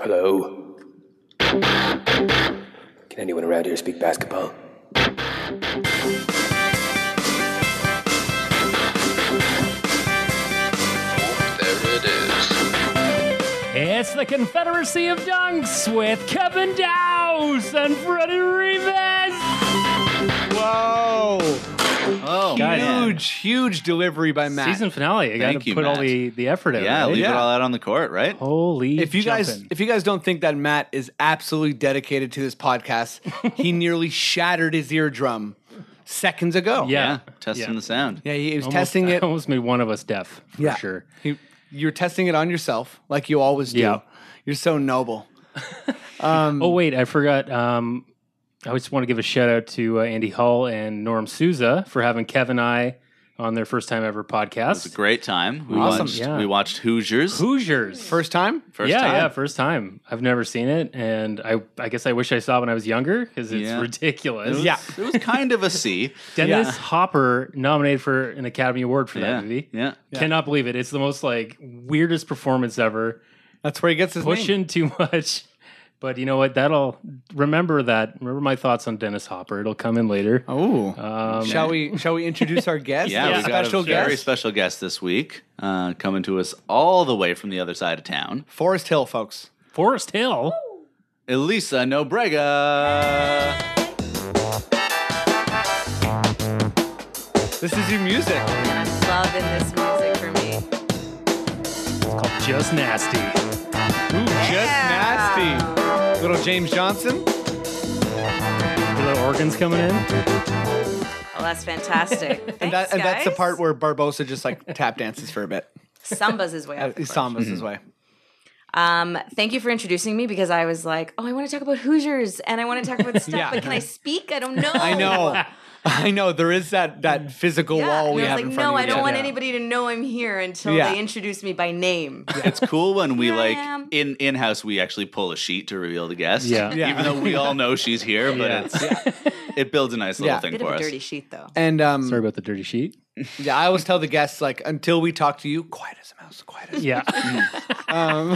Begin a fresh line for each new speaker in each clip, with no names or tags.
Hello. Can anyone around here speak basketball?
There it is.
It's the Confederacy of Dunks with Kevin Dowse and Freddie Rivas.
Oh,
Guys.
huge, huge delivery by Matt.
Season finale. I got
Thank
to
you,
put all
Matt.
the, the effort in.
Yeah,
right?
leave it
Yeah.
all out on the court, right?
Oh, Holy
if you guys,
jumpin'.
if you guys don't think that Matt is absolutely dedicated to this podcast, he nearly shattered his eardrum seconds ago.
yeah.
testing
Yeah.
the sound.
yeah, he was
Almost-
testing it.
Almost made one of us deaf, for
Yeah.
sure.
He, you're testing it on yourself, like you always do.
Yeah.
You're so noble.
Oh, wait, I forgot. Um, I just want to give a shout out to uh, Andy Hull and Norm Souza for having Kevin and I on their first time ever
It was a
podcast.
great time. We
Awesome,
watched
yeah.
we watched Hoosiers.
Hoosiers.
First time?
First
yeah,
time.
yeah, first time. I've never seen it, and I, I guess I wish I saw when I was younger because it's
Yeah.
ridiculous.
It was, It was kind of a C.
Dennis Hopper nominated for an Academy Award for
yeah.
that movie.
Yeah.
Cannot believe it. It's the most like weirdest performance ever.
That's where he gets his name.
Pushing too much. But you know what? That'll remember that. Remember my thoughts on Dennis Hopper. It'll come in later.
Oh.
Um,
shall we shall we introduce our guest?
Yeah,
Yeah.
we got
special
a very
guest.
special guest this week, uh, coming to us all the way from the other side of town.
Forest Hill, folks.
Forest Hill.
Elisa Nobrega.
This is your music.
I'm loving this music for me.
It's called Just Nasty.
Ooh, just nasty. Little James Johnson.
The little organs coming in.
Well, Oh, that's fantastic. Thanks,
And, that, and that's the
guys.
part where Barbosa just like tap dances for a bit.
Samba's his way
Uh,
up.
He sambas his way.
Um, thank you for introducing me because I was like, oh, I want to talk about Hoosiers and I want to talk about stuff,
Yeah.
but can I speak? I don't know.
I know. I know. There is that that physical
Oh. Yeah.
wall
and
we
I
have
was like,
in front
no,
of
I
you.
don't want
Yeah.
anybody to know I'm here until
Yeah.
they introduce me by name.
It's cool when we
Here I
like
am.
in in house we actually pull a sheet to reveal the guest.
Yeah.
Yeah.
Even though we all know she's here, but it's it builds a nice little
Yeah.
thing
Bit
for
of a
us.
dirty sheet, though.
And um,
Sorry about the dirty sheet.
yeah, I always tell the guests like, until we talk to you, quiet as a mouse, quiet as.
Yeah.
Um,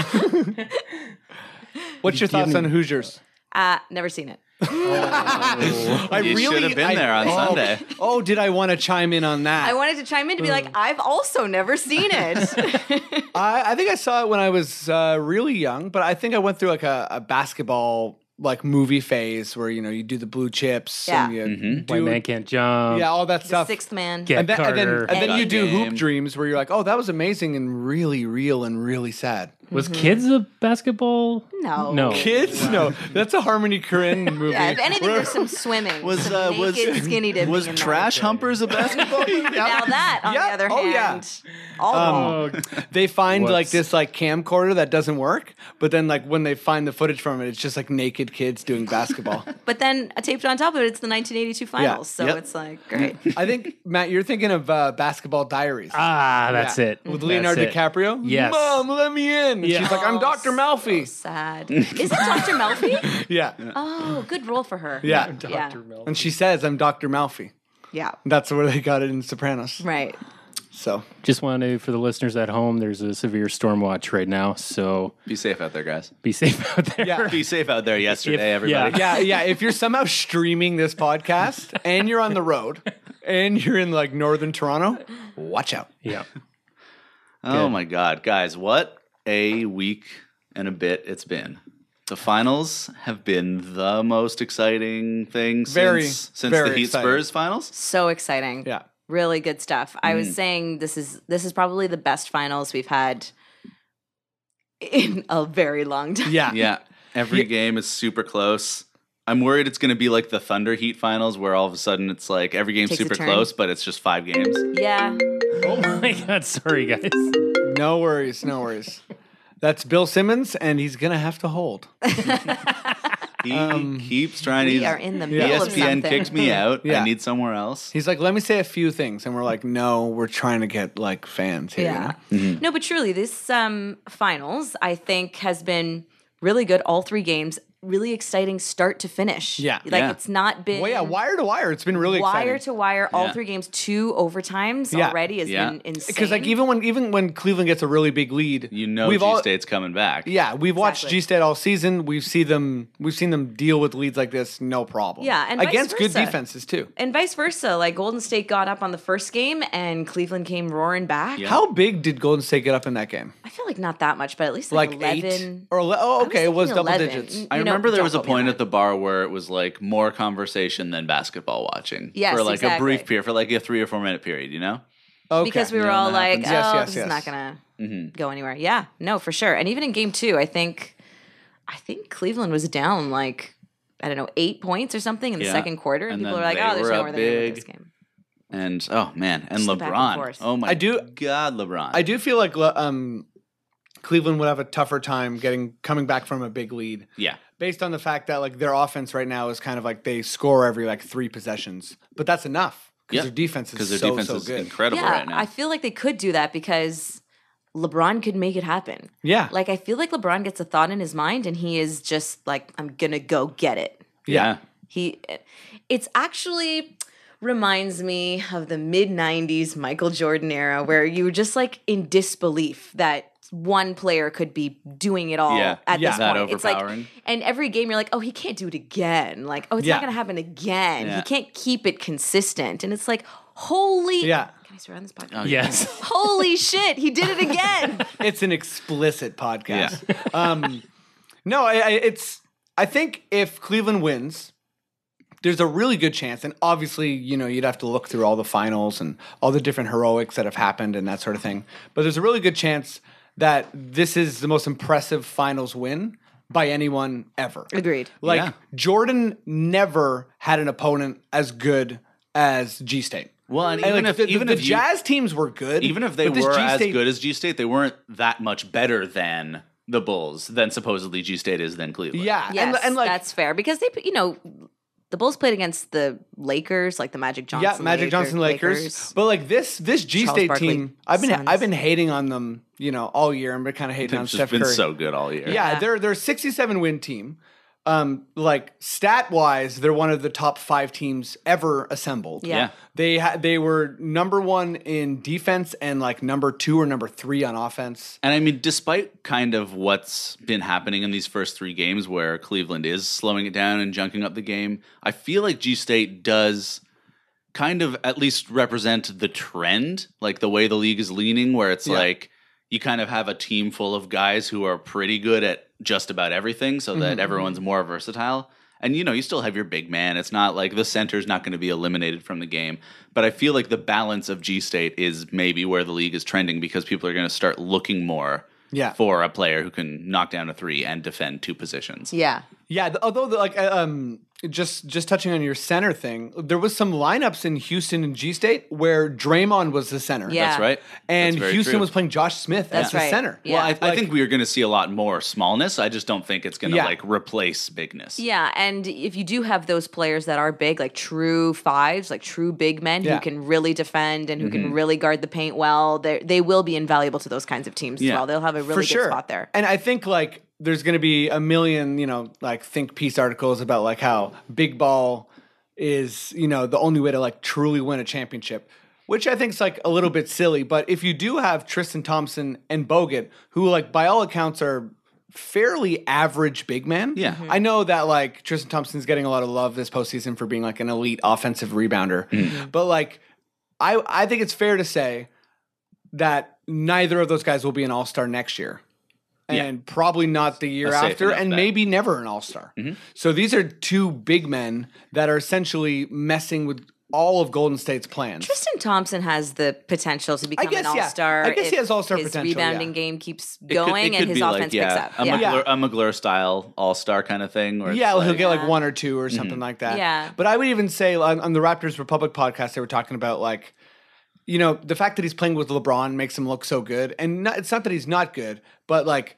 what's your thoughts on Hoosiers?
Uh, never seen it.
I
You should have been there on
oh,
Sunday.
Oh, did I want to chime in on that?
I wanted to chime in to be
Mm.
like, I've also never seen it.
I, I think I saw it when I was uh, really young, but I think I went through like a, a basketball like movie phase where you know you do the blue chips and you
Yeah.
do
White man can't jump.
yeah all that
the
stuff.
Sixth Man.
Get
and then, and then,
Carter.
and then you do
Game.
hoop dreams where you're like, oh, that was amazing and really real and really sad.
Was kids a basketball?
No.
No.
Kids, no, that's a Harmony Korine movie.
Yeah, if anything, there's some swimming.
Was
some
uh, was
naked skinny dipping
was
in there.
trash humpers a basketball? team?
Now that, on
Yeah.
the other
Oh, yeah.
hand, all wrong.
Oh,
they find like
Whoops.
this like camcorder that doesn't work, but then like when they find the footage from it, it's just like naked kids doing basketball.
But then uh, taped on top of it, it's the 1982 finals, so
Yep.
it's like great.
I think Matt, you're thinking of uh, Basketball Diaries.
ah, that's
Yeah.
it.
With Leonardo
That's it.
DiCaprio?
Yes.
Mom, let me in. And
Yeah.
She's like, I'm Dr. Malfi.
Sad. Is it Dr. Melfi?
yeah.
Oh, good role for her.
Yeah.
Yeah.
And she says, I'm Dr. Malfi.
Yeah.
That's where they got it in Sopranos.
Right.
So,
Just want to, for the listeners at home, there's a severe storm watch right now, so
Be safe out there, guys.
be safe out there.
yeah.
Be safe out there yesterday,
If-
everybody.
yeah.
Yeah, yeah. If you're somehow streaming this podcast and you're on the road and you're in like northern Toronto, watch out.
Yeah.
Oh my God, guys, what a week and a bit it's been. The finals have been the most exciting thing
Very,
since, since
very
the Heat
exciting.
Spurs finals.
So exciting.
Yeah.
Really good stuff. I was saying this is this is probably the best finals we've had in a very long time.
Yeah.
Yeah, every game is super close. I'm worried it's going to be like the Thunder Heat finals, where all of a sudden it's like every game's
Takes a
super
turn.
close, but it's just five games.
Yeah.
Oh my god! Sorry, guys.
No worries. No worries. That's Bill Simmons, and he's gonna have to hold.
He
Um,
keeps trying to. E
We are in the middle of something.
ESPN kicked me out.
Yeah.
I need somewhere else.
He's like, let me say a few things, and we're like, no, we're trying to get like fans here. you
Yeah.
know?
Mm-hmm.
No, but truly, this um, finals, I think, has been really good. All three games, really exciting start to finish.
Yeah.
Like
Yeah.
it's not been.
Well, yeah, wire to wire, it's been really
wire
exciting.
to wire, all
Yeah.
three games, two overtimes
Yeah.
already has
Yeah.
been insane.
Because like even when even when Cleveland gets a really big lead,
You know,
we've
G
all
State's coming back.
yeah we've watched
Exactly.
G State all season. We've seen them we've seen them deal with leads like this, no problem.
Yeah, and vice
against good
versa.
defenses too.
and vice versa, like Golden State got up on the first game and Cleveland came roaring back.
Yeah.
How big did Golden State get up in that game?
I feel like not that much, but at least like,
Like, eight
11.
or ele- oh,
I
okay, it was
thinking
double
11.
digits.
I
You know,
remember there
don't
was a
quote me on
point
that.
at the bar where it was like more conversation than basketball watching.
Yes,
For like a brief
exactly.
period, for like a three or four minute period, you know?
Okay.
because we were all like,
Yes,
"Oh,
yes,
this
yes.
is not gonna
Mm-hmm.
go anywhere." Yeah, no, for sure. And even in game two, I think, I think Cleveland was down like I don't know eight points or something in the
Yeah.
second quarter, and,
And
people
then
were like,
they
"Oh, there's
were
no
up
way they're gonna win
big.
this game."
And oh man, and
Just the back and
LeBron.
forth.
Oh my
I do-
God, LeBron.
I do feel like le- um, Cleveland would have a tougher time getting coming back from a big lead
Yeah.
based on the fact that like their offense right now is kind of like they score every like three possessions, but that's enough because
Yeah.
their defense is
Because their
so
defense
so
is
good.
incredible
Yeah,
right now.
I feel like they could do that because LeBron could make it happen.
yeah,
Like I feel like LeBron gets a thought in his mind, and he is just like, "I'm gonna go get it."
yeah.
He, it's actually reminds me of the mid 90s Michael Jordan era where you were just like in disbelief that one player could be doing it all
Yeah.
at
Yeah.
this
That
point. It's like,
overpowering.
and every game you're like, oh, he can't do it again. Like, oh, it's
Yeah.
not going to happen again.
Yeah.
He can't keep it consistent. And it's like, holy.
yeah.
Can I swear on this podcast?
Yes.
Holy shit, he did it again.
It's an explicit podcast. um, no, I, I, it's. I think if Cleveland wins, there's a really good chance, and obviously, you know, you'd have to look through all the finals and all the different heroics that have happened and that sort of thing. But there's a really good chance that this is the most impressive finals win by anyone ever.
Agreed.
Like
Yeah.
Jordan never had an opponent as good as G State.
Well, and
And,
even
like,
if
the, the-
even
the
if you-
Jazz teams were good,
even if they
but this
were as
G-State
good as G State, they weren't that much better than the Bulls, than supposedly G State is than Cleveland.
yeah,
Yes,
and, and like
that's fair because they, you know, the Bulls played against the Lakers, like the Magic Johnson.
yeah, Magic
Laker-
Johnson Lakers. But like this this G
Charles
State
Barkley
team, I've been
Suns.
I've been hating on them, you know, all year and been kind of hating on
They've
Steph
just been
Curry.
so good all year.
yeah,
Yeah.
they're they're a 67 win team. Um, like stat wise, they're one of the top five teams ever assembled.
Yeah.
Yeah.
They ha- they were number one in defense and like number two or number three on offense.
And I mean, despite kind of what's been happening in these first three games where Cleveland is slowing it down and junking up the game, I feel like G State does kind of at least represent the trend, like the way the league is leaning, where it's
Yeah.
like you kind of have a team full of guys who are pretty good at just about everything so
Mm-hmm,
that everyone's more versatile. And you know, you still have your big man. It's not like the center's not going to be eliminated from the game. But I feel like the balance of G State is maybe where the league is trending because people are going to start looking more
Yeah.
for a player who can knock down a three and defend two positions.
yeah,
Yeah, th- although the, like uh, um just just touching on your center thing, there was some lineups in Houston and G State where Draymond was the center.
Yeah.
That's right.
And
That's very
Houston
true.
was playing Josh Smith
That's
as the
right.
center.
Yeah.
Well, I, I think we are going to see a lot more smallness. I just don't think it's going to
Yeah.
like replace bigness.
yeah. And if you do have those players that are big, like true fives, like true big men
Yeah.
who can really defend and who can really guard the paint well, they they will be invaluable to those kinds of teams as
Yeah.
well. They'll have a really
for
good
sure.
spot there.
And I think like there's going to be a million, you know, like think piece articles about like how big ball is, you know, the only way to like truly win a championship, which I think is like a little bit silly. But if you do have Tristan Thompson and Bogut, who like by all accounts are fairly average big men.
Yeah.
Mm-hmm.
Mhm.
I know that like Tristan Thompson's getting a lot of love this postseason for being like an elite offensive rebounder.
Mm-hmm.
But like I I think it's fair to say that neither of those guys will be an all-star next year. and probably not the year
A safe
after,
enough
and
bet. Mm-hmm.
maybe never an all star. So these are two big men that are essentially messing with all of Golden State's plans.
Tristan Thompson has the potential to become
guess,
an
yeah.
all star.
I guess he has all-star
his
potential,
Rebounding
yeah.
game keeps
It could- it
going
could
and his
be like,
offense
yeah,
picks
A
up. Yeah.
McGlure, a McGlure style all star kind of thing. Where it's
Yeah, he'll
like-
get like one or two
Mm-hmm.
or something like that.
Yeah.
But I would even say on, on the Raptors Republic podcast, they were talking about like, you know, the fact that he's playing with LeBron makes him look so good. And not, it's not that he's not good, but like,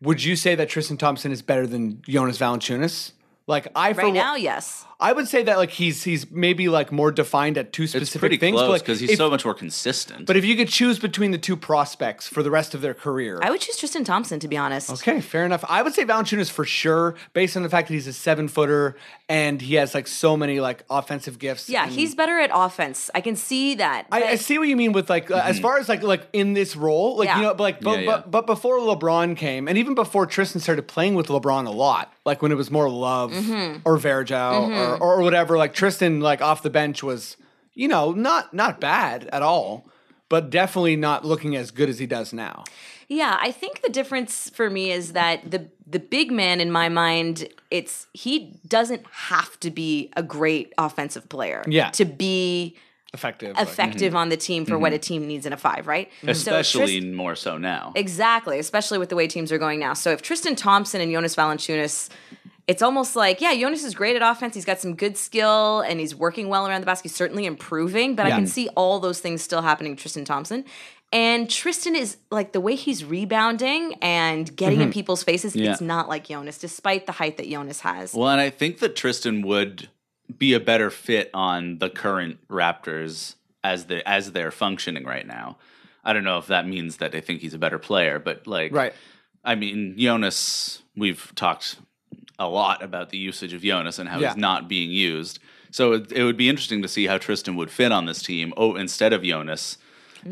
would you say that Tristan Thompson is better than Jonas Valanciunas? Like I for
Right
one-
now, yes.
I would say that like he's he's maybe like more defined at two
It's
specific
pretty
things. but,
close
like,
because he's
if-
so much more consistent.
But if you could choose between the two prospects for the rest of their career,
I would choose Tristan Thompson, to be honest.
Okay, fair enough. I would say Valanciunas for sure, based on the fact that he's a seven footer and he has like so many like offensive gifts.
Yeah,
and-
he's better at offense. I can see that.
I, I
but-
see what you mean with like uh, as far as like like in this role, like you
Yeah.
know, but like but,
Mm-hmm. Yeah, yeah.
but but before LeBron came, and even before Tristan started playing with LeBron a lot, like when it was more Love
Mm-hmm.
or Verjao or, or whatever, like Tristan like off the bench was you know not not bad at all, but definitely not looking as good as he does now.
Yeah, I think the difference for me is that the the big man in my mind, it's he doesn't have to be a great offensive player
Yeah.
to be
Effective, like-
effective on the team for what a team needs in a five, right? so
Mm-hmm. especially
Trist-
more so now.
exactly, especially with the way teams are going now. So if Tristan Thompson and Jonas Valanciunas it's almost like, yeah, Jonas is great at offense. He's got some good skill and he's working well around the basket. He's certainly improving, but I can see all those things still happening to Tristan Thompson. And Tristan is like the way he's rebounding and getting in people's faces,
Mm-hmm. Yeah.
it's not like Jonas, despite the height that Jonas has.
Well, and I think that Tristan would be a better fit on the current Raptors as they as they're functioning right now. I don't know if that means that they think he's a better player, but like,
right?
I mean, Jonas, we've talked a lot about the usage of Jonas and how
Yeah.
he's not being used. So it, it would be interesting to see how Tristan would fit on this team. Oh, instead of Jonas,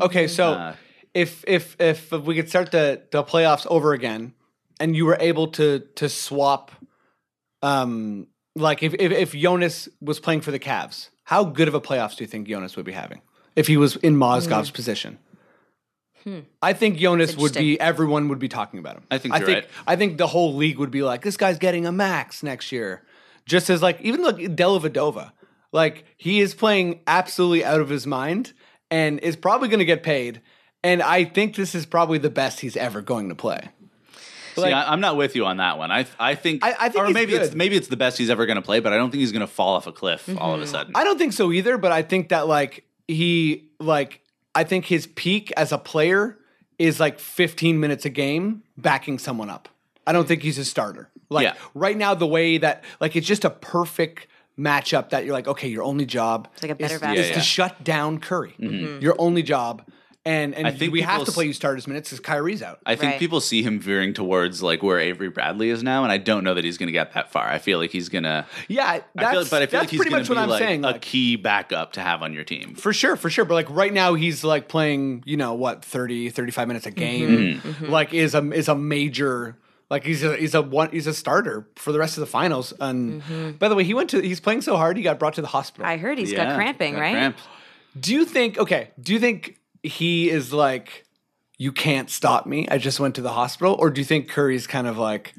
Okay, so
Mm-hmm.
Uh.
if if if we could start the the playoffs over again, and you were able to to swap, um, like if if, if Jonas was playing for the Cavs, how good of a playoffs do you think Jonas would be having if he was in Mozgov's position? I think Jonas would be. Everyone would be talking about him.
I think
I
you're
think
right.
I think the whole league would be like, this guy's getting a max next year. Just as like even like Delavadova, like he is playing absolutely out of his mind and is probably going to get paid. And I think this is probably the best he's ever going to play.
See, I, I'm not with you on that one. I I think
I- I think
or
he's
maybe it's
good. Mm-hmm.
maybe it's the best he's ever going to play, but I don't think he's going to fall off a cliff all of a sudden.
I don't think so either, but I think that like he like I think his peak as a player is like 15 minutes a game backing someone up. I don't think he's a starter. Like
Hmm. Yeah.
right now the way that like it's just a perfect matchup that you're like okay, your only job
like a better Mm-hmm.
is,
value.
is
Yeah,
to
yeah.
shut down Curry. Your only job and and
I think
we have
people
to play
s-
you starters minutes cuz Kyrie's out.
I think
Right.
people see him veering towards like where Avery Bradley is now, and I don't know that he's going to get that far. I feel like he's going to.
yeah, that's,
I feel, but I feel
that's
like he's
pretty
going
much
to be
what I'm
like
saying.
a
like-
key backup to have on your team.
for sure for sure but like right now he's like playing you know what 30 35 minutes a game
Mm-hmm.
like is a is a major like he's a he's a one he's a starter for the rest of the finals and by the way he went to he's playing so hard he got brought to the hospital
Mm-hmm. I heard he's got
Yeah,
cramping,
got
right?
cramps.
do you think okay do you think he is like you can't stop me i just went to the hospital or do you think curry's kind of like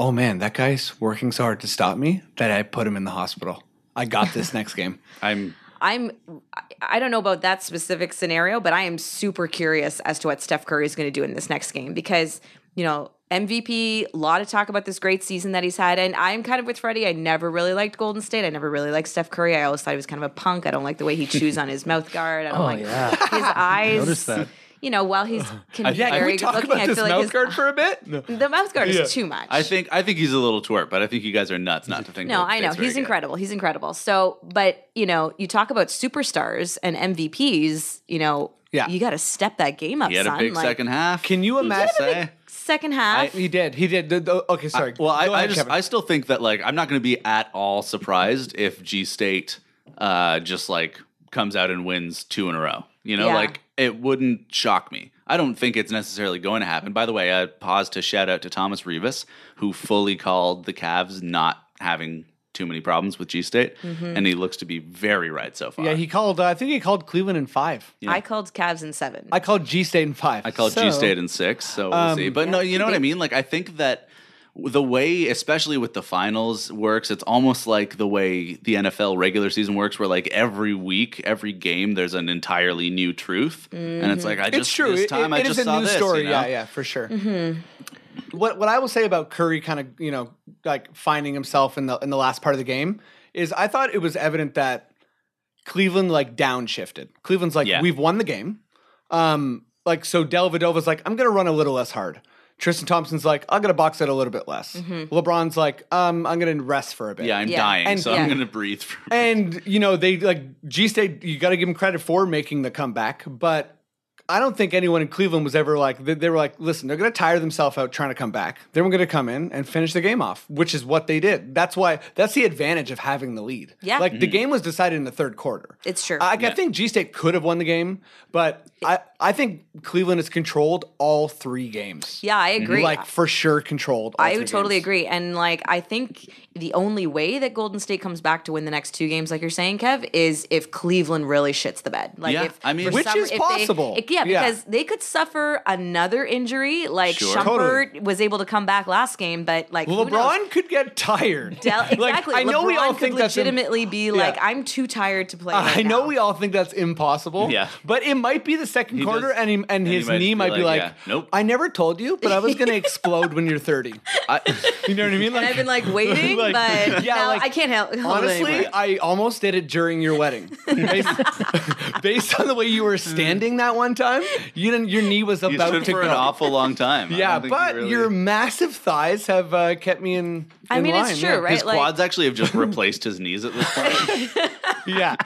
oh man that guy's working so hard to stop me that i put him in the hospital i got this next game
I'm.
I'm I- I don't know about that specific scenario, but I am super curious as to what Steph Curry is going to do in this next game because, you know, MVP, a lot of talk about this great season that he's had. And I'm kind of with Freddie. I never really liked Golden State. I never really liked Steph Curry. I always thought he was kind of a punk. I don't like the way he chews on his mouth guard. I
Oh,
don't like his eyes.
Noticed that.
You know, while he's can be
Yeah, can we
very good
talk
looking,
about
I
this
feel like
mouth
his,
guard for a bit no.
the mouth guard is too much.
I think. I think he's a little twerp, but I think you guys are nuts not to think.
No,
Golden
I know.
State's very
He's
good.
incredible. He's incredible. So, but you know, you talk about superstars and MVPs, you know,
Yeah.
you got to step that game up,
He had a
son.
big
like,
second half.
Can you
Let's
imagine- He had
say.
second half.
he did he did The- the- okay sorry
Well, I,
Go
I
ahead,
just
Kevin.
I still think that like I'm not going to be at all surprised if G State uh, just like comes out and wins two in a row. You know,
Yeah.
like it wouldn't shock me. I don't think it's necessarily going to happen. By the way, I pause to shout out to Thomas Rivas, who fully called the Cavs not having too many problems with G State,
Mhm.
and he looks to be very right so far.
Yeah, he called. Uh, I think he called Cleveland in five.
Yeah.
I called Cavs in seven.
I called G State in five.
I called
So-
G State in six, so we'll
Um,
see. But
Yeah,
no, you know what I
maybe.
mean. Like I think that w- the way, especially with the finals, works. It's almost like the way the NFL regular season works, where like every week, every game, there's an entirely new truth, and it's like I just
it's true.
this
It-
time
it-
I
it is
just
a
saw
new
this.
story.
you know?
Yeah, yeah, for sure. What what I will say about Curry, kind of you know like finding himself in the in the last part of the game, is I thought it was evident that Cleveland like downshifted. Cleveland's like
Yeah.
we've won the game. Um, like so, Del Vedova's like I'm gonna run a little less hard. Tristan Thompson's like I'm gonna box it a little bit less. LeBron's like um, I'm gonna rest for a bit.
Yeah, I'm
Yeah.
dying,
And-
so
yeah.
I'm gonna breathe. For
And you know, they like G State. You got to give them credit for making the comeback, but I don't think anyone in Cleveland was ever like they, they were like, listen, they're going to tire themselves out trying to come back. They were going to come in and finish the game off, which is what they did. That's why that's the advantage of having the lead.
Yeah.
like the game was decided in the third quarter.
it's true.
I, I think G State could have won the game, but I, I think Cleveland has controlled all three games.
yeah, I agree.
Like for sure controlled. all
I
three
would totally
games.
agree. And like I think the only way that Golden State comes back to win the next two games, like you're saying, Kev, is if Cleveland really shits the bed. Like
Yeah,
if
I mean-
for
Which
some-
is
if they-
possible.
it- yeah,
Yeah.
because they could suffer another injury. Like
Sure.
Shumpert
Totally.
was able to come back last game, but like who knows?
LeBron could get tired.
Del-
Like,
exactly.
I know we
LeBron
all
could
think that's im-
legitimately be like, I'm too tired to play.
I
right
know
now."
we all think that's impossible.
Yeah.
But it might be the second
He
quarter
does-
and, he, and,
and he
his
might
knee
be
might be like,
like, yeah, nope.
I never told you, but I was going to explode when you're 30.
I,
You know what I mean?
And I've been like waiting,
Like,
but
yeah,
now
like,
I can't help. hold it
Honestly,
anymore.
I almost did it during your wedding. Based, based on the way you were standing that one time, you didn't, your knee was
you
about
stood
to
for
go.
an awful long time. I
yeah,
don't think you
but
really-
your massive thighs have uh, kept me in.
I
in
mean, it's
line,
true,
yeah.
right?
his
like-
quads actually have just replaced his knees at this point.
Yeah,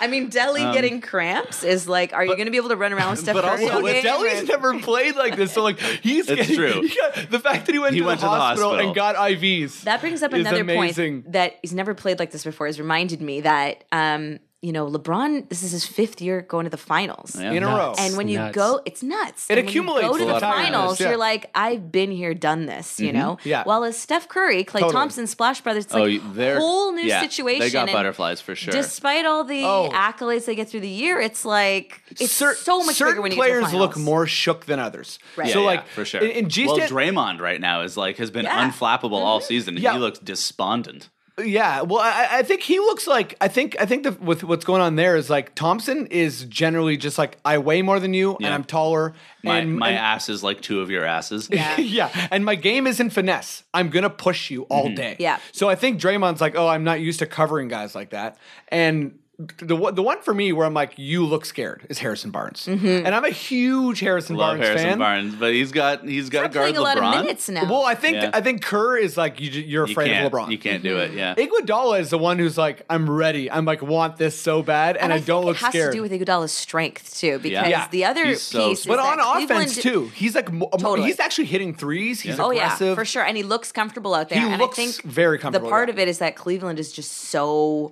I mean, Delhi getting cramps is like, are you going to be able to run around with Steph
but
Curry?
also
all
with
game?
um, But Delhi's never played like this, so like he's
It's
getting,
true.
he got- the fact that he went,
He
to,
went
the
to the
hospital and
hospital.
got IVs.
That brings up
is
another
amazing.
point that he's never played like this before. Has reminded me that um, you know LeBron. This is his fifth year going to the finals,
Yeah.
in a row.
and when you
Nuts.
go, it's nuts.
It
And when you
accumulates
Go to
a
the
lot of
finals,
tiredness, yeah.
you're like, I've been here, done this. You know.
Yeah.
Well, as Steph Curry, Clay
Totally.
Thompson, Splash Brothers, it's
oh,
like
you- they're
whole new
yeah,
situation.
They got
and
butterflies for sure.
Despite all the
Oh.
accolades they get through the year, it's like it's
Cer-
so much
certain
bigger when you
players
get to the
look
finals.
more shook than others.
Right.
So
Yeah,
like
yeah, for sure.
in, in G
well,
State,
Draymond right now is like has been
Yeah. Mm-hmm.
unflappable all season.
Yeah.
He looks despondent.
yeah. Well, I, I think he looks like I think I think the, with what's going on there is like Thompson is generally just like I weigh more than you and
Yeah.
I'm taller.
My
and,
my
and-
ass is like two of your asses.
Yeah.
yeah, and my game isn't finesse. I'm gonna push you all
Mm-hmm.
day.
Yeah.
So I think Draymond's like, oh, I'm not used to covering guys like that. And the one- the one for me where I'm like, you look scared is Harrison Barnes,
Mm-hmm.
and I'm a huge Harrison
Love
Barnes
Harrison
fan.
Barnes, but he's got he's got
They're
to guard
playing a lot
LeBron.
of minutes now.
Well, I think
Yeah.
I think Kerr is like you, ju- you're
You
afraid of
can't-
LeBron.
You can't do it. Yeah.
Iguodala is the one who's like, I'm ready. I'm like, want this so bad, and, I,
think
don't look
it has
scared.
to do with Iguodala's strength too, because
Yeah.
the other
He's so-
piece,
but
is
on
that
offense
Cleveland-
too, he's like, mo-
Totally.
he's actually hitting threes. He's
Oh yeah,
aggressive.
for sure, and he looks comfortable out there.
He
and
looks
I think
very comfortable,
The part
yeah.
of it is that Cleveland is just so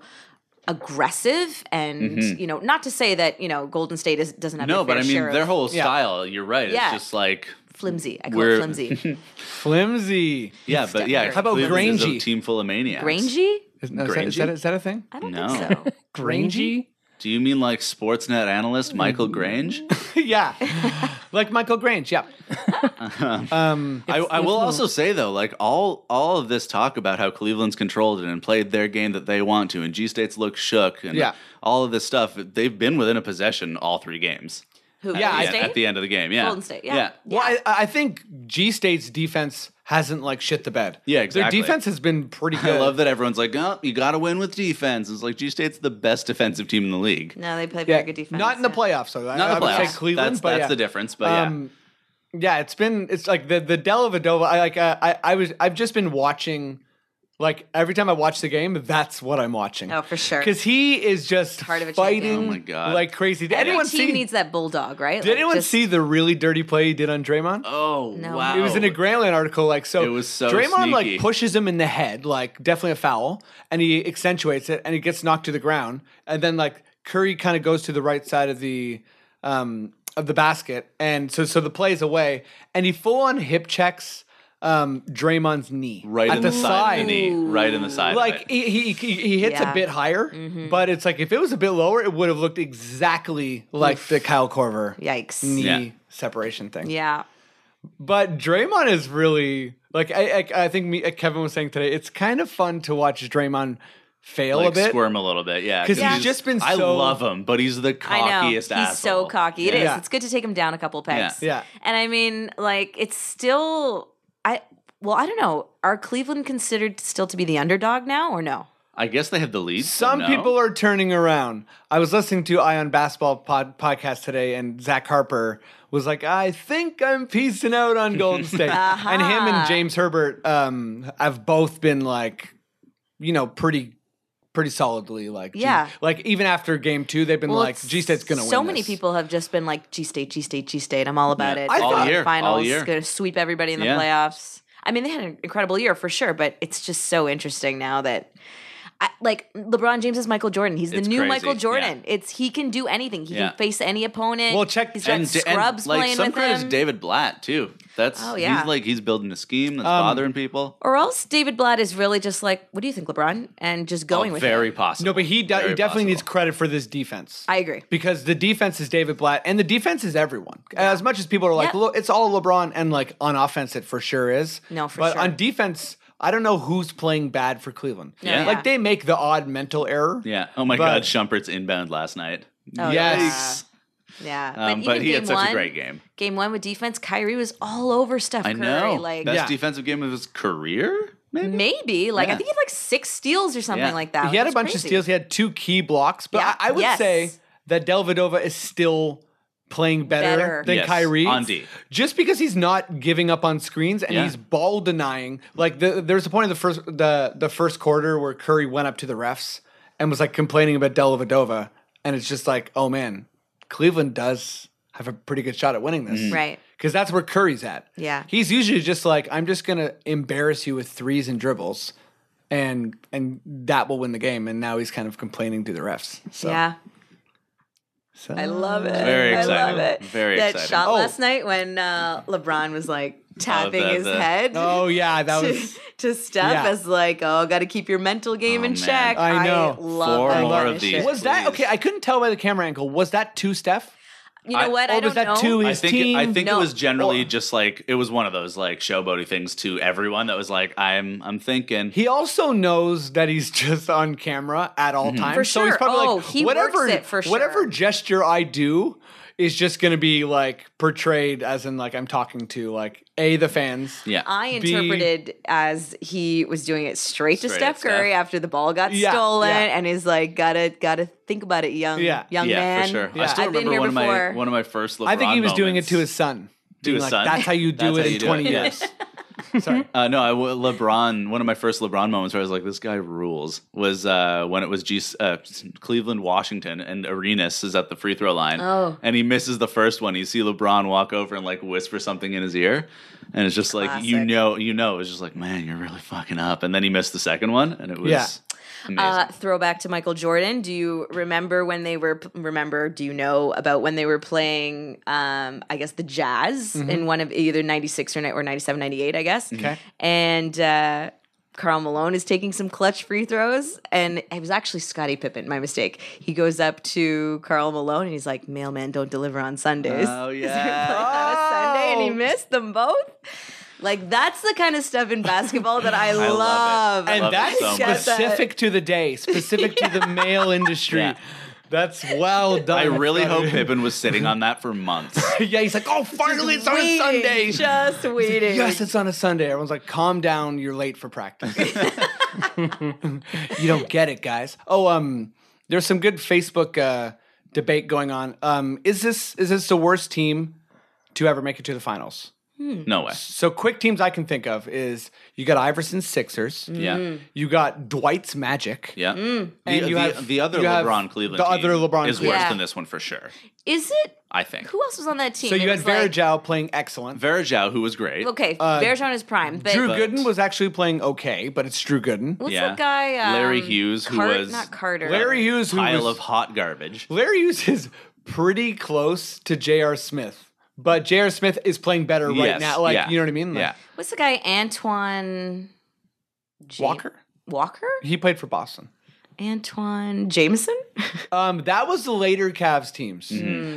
aggressive, and
Mm-hmm.
you know, not to say that you know Golden State is, doesn't have
No,
their
but
fair
I mean
share
their
of
whole
Yeah.
style. You're right.
Yeah.
It's just like
flimsy. I call it
We're-
flimsy.
Flimsy.
yeah, but yeah.
How
about
Cleveland is a
Grangey?
team full of maniacs.
Rangy?
Is, no, is, that, is,
Grangey?
that, is that a thing?
I don't
No.
think so.
Grangey?
Do you mean like Sportsnet analyst Michael
Mm-hmm.
Grange?
yeah, like Michael Grange. Yeah. um,
I, I will also say though, like all all of this talk about how Cleveland's controlled it and played their game that they want to, and G State's look shook, and
Yeah.
all of this stuff, they've been within a possession all three games.
Who?
Yeah,
Golden
Yeah,
State?
at the end of the game, yeah,
Golden State, yeah.
well, I, I think G State's defense hasn't like shit the bed.
Yeah,
Their
exactly.
defense has been pretty good.
I love that everyone's like, oh, you got to win with defense. It's like G State's the best defensive team in the league.
No, they play
Yeah,
very good defense.
Not in the
yeah.
playoffs, so I,
Not
I
the
would
playoffs.
say Cleveland,
that's
but
that's
yeah.
the difference. But yeah,
Um, yeah, it's been it's like the the Dellavedova. I like uh, I I was I've just been watching. Like every time I watch the game, that's what I'm watching.
Oh, for sure.
Because he is just
Part of a
fighting
champion.
Oh my God.
like crazy. Did
Every
anyone
team
see?
needs that bulldog, right?
did
Like,
anyone
just-
see the really dirty play he did on Draymond?
oh
No.
wow,
It was in a Grantland article. Like so,
It was so
Draymond like
sneaky.
pushes him in the head, like definitely a foul, and he accentuates it, and he gets knocked to the ground, and then like Curry kind of goes to the right side of the um of the basket, and so so the play's away, and he full on hip checks. um, Draymond's knee
Right
at
in
the,
the, side of the knee. Right in the side. of
Like
it.
he, he, he he hits
Yeah.
a bit higher, but it's like if it was a bit lower, it would have looked exactly like the Kyle Corver
Yikes.
knee
Yeah.
separation thing.
Yeah.
But Draymond is really like I I, I think me, uh, Kevin was saying today. It's kind of fun to watch Draymond fail
like
a bit.
squirm a little bit, yeah.
'Cause he's just been
I
so-
love him, but he's the cockiest
I know. He's
asshole.
so cocky. It is.
Yeah.
It's good to take him down a couple pegs.
Yeah. Yeah.
And I mean, like, it's still I well, I don't know. Are Cleveland considered still to be the underdog now or no?
I guess they have the lead. so
Some
no.
people are turning around. I was listening to Ion Basketball pod, podcast today, and Zach Harper was like, "I think I'm piecing out on Golden State," and him and James Herbert um, have both been like, you know, pretty, pretty solidly like, G-
Yeah.
like even after Game Two, they've been
Well,
like,
it's-
"G State's gonna win."
So many
this.
people have just been like, G State, G State, G State. I'm all about
Yeah.
it.
I thought-
They're in the
All year,
Finals,
all year.
going to sweep everybody in the
Yeah.
playoffs. I mean, they had an incredible year for sure, but it's just so interesting now that. I, like LeBron James is Michael Jordan. He's the
It's
new
crazy.
Michael
Yeah.
Jordan. It's he can do anything. He
Yeah.
can face any opponent.
Well, check-
He's got
and, and,
scrubs
like
playing
some
with
credit to
him.
David Blatt too. That's
Oh, yeah.
he's like he's building a scheme that's
Um,
bothering people.
Or else David Blatt is really just like, what do you think, LeBron? And just going
Oh,
with
very
it.
possible.
No, but he, de- he
Very
definitely needs
possible.
credit for this defense.
I agree.
because the defense is David Blatt and the defense is everyone. As much as people are like,
Yeah.
look, it's all LeBron and like on offense, it for sure is.
No, for
but
sure.
on defense, I don't know who's playing bad for Cleveland.
Yeah.
like they make the odd mental error.
Yeah. Oh my
But-
God, Shumpert's inbound last night.
Oh,
Yes.
Yeah.
Um, but
even
he had
game
such
one-
a great game.
Game one with defense, Kyrie was all over Steph
I
Curry.
know.
Like
Best
Yeah.
defensive game of his career, maybe.
maybe. Like I
Yeah.
think he had like six steals or something
Yeah.
like that.
He had a
It was
bunch of
crazy.
steals. He had two key blocks, but
Yeah.
I, I would
Yes.
say that Delvedova is still playing better,
Better.
than
Yes,
Kyrie.
on D.
Just because he's not giving up on screens and
Yeah.
he's ball denying. Like the, there's a point in the first the the first quarter where Curry went up to the refs and was like complaining about Delvedova, and it's just like, oh man, Cleveland does have a pretty good shot at winning this.
Mm. Right.
Because that's where Curry's at.
Yeah.
He's usually just like, I'm just gonna embarrass you with threes and dribbles and and that will win the game. And now he's kind of complaining to the refs. So
Yeah.
So-
I love it.
Very
I love
exciting.
it.
Very
that
exciting. Oh,
shot
Oh.
last night when uh, LeBron was like tapping
the-
his
the-
head.
Oh yeah, that
to,
was
to Steph
Yeah.
as like, oh, got to keep your mental game
Oh,
in
man.
check.
I know.
love
Four
that
more
kind
of these.
shit.
was that
Please.
okay, I couldn't tell by the camera angle. Was that two Steph?
You know
I-
what?
or
I
was
don't
that
know.
two
I
His
think it, I
team-
think
No.
it was generally
Or-
just like it was one of those like showboaty things to everyone that was like I'm I'm thinking
He also knows that he's just on camera at
Mm-hmm.
all times.
For
So he's
sure.
probably
Oh,
like
he
whatever
works it for sure.
whatever gesture I do is just going to be like portrayed as in like I'm talking to like A the fans.
yeah
I
B-
interpreted as he was doing it straight to
Straight
Steph
at Steph.
Curry after the ball got
Yeah,
stolen,
yeah.
and is like, gotta gotta think about it, young
Yeah.
young
yeah
man.
for sure
Yeah.
I still
I've been
remember
here
one of my
before.
one of my first LeBron
I think he was doing it
moments.
to his son. Being
his
like,
son?
That's how you do
That's
it
how
in
you do it,
20
yeah.
years. Sorry.
Uh, no, I w- LeBron. One of my first LeBron moments where I was like, "This guy rules." Was uh, when it was G- uh, Cleveland, Washington, and Arenas is at the free throw line,
Oh.
and he misses the first one. You see LeBron walk over and like whisper something in his ear, and it's just like you
Classic.
know, you know, it's just like, man, you're really fucking up. And then he missed the second one, and it was
Yeah.
amazing.
Uh, throwback to Michael Jordan. Do you remember when they were? Remember? Do you know about when they were playing? Um, I guess the Jazz
Mm-hmm.
in one of either '96 or ni- or '97, '98. I guess.
Okay.
And uh, Carl Malone is taking some clutch free throws, and it was actually Scottie Pippen. My mistake. He goes up to Carl Malone and he's like, "Mailman, don't deliver on Sundays."
Oh,
'Cause they were
yeah.
playing on a Sunday, and he missed them both. Like that's the kind of stuff in basketball that I,
love it.
love.
I
And
love it
that's
so much.
Get that.
specific to the day, specific to the male industry.
Yeah.
That's well done.
I really hope
Scotty.
Pippen was sitting on that for months.
yeah, he's like, oh, finally it's on a
Waiting,
Sunday.
Just waiting.
Yes, it's on a Sunday. Everyone's like, calm down, you're late for practice. you don't get it, guys. Oh, um, there's some good Facebook uh, debate going on. Um, is this is this the worst team to ever make it to the finals?
no way.
So quick teams I can think of is you got Iverson's Sixers,
Mm-hmm.
Yeah,
you got Dwight's Magic,
Mm.
yeah. The,
And you
the,
have-
the other
you have
LeBron Cleveland
the
team
other LeBron
is
team.
worse
Yeah.
than this one for sure.
Is it?
I think.
Who else was on that team?
So
It
you had
was like-
Verajao playing excellent.
Verajao, who was great.
okay, Verjan is prime, but
Drew Gooden was actually playing okay, but it's Drew Gooden.
what's
yeah.
that guy? Um,
Larry Hughes, who
Cart-
was-
not Carter.
Larry Hughes, who
pile
was-
of hot garbage.
Larry Hughes is pretty close to J.R. Smith But J.R. Smith is playing better right
Yes,
now. Like,
yeah.
you know what I mean? Like,
Yeah.
What's the guy? Antoine J-
Walker?
Walker?
He played for Boston.
Antoine Jameson?
Um, that was the later Cavs teams.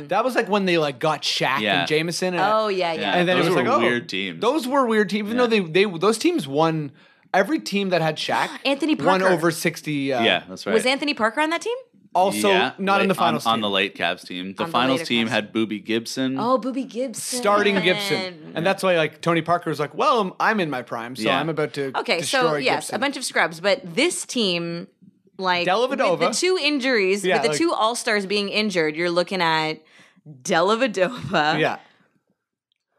That was like when they like got Shaq
Mm-hmm. Yeah.
and Jameson. And
Mm. Oh yeah, yeah.
Yeah.
and then
those
it was
were
like, oh,
weird teams.
Those were weird teams. Even
Yeah.
though they they those teams won every team that had Shaq
Anthony
won
Parker.
over sixty. Uh,
yeah, that's right.
Was Anthony Parker on that team?
Also,
Yeah,
not
late-
in the finals.
on,
team.
on the late Cavs team. The
On the
finals
later
team
Cavs.
had Booby Gibson.
Oh, Booby Gibson.
starting Gibson, and that's why like Tony Parker was like, well, I'm in my prime, so
Yeah.
I'm about to
Okay,
Destroy
so yes,
Gibson.
a bunch of scrubs, but this team, like
Dellavedova.
with the two injuries,
Yeah,
with the
like-
two All Stars being injured, you're looking at Dellavedova,
yeah.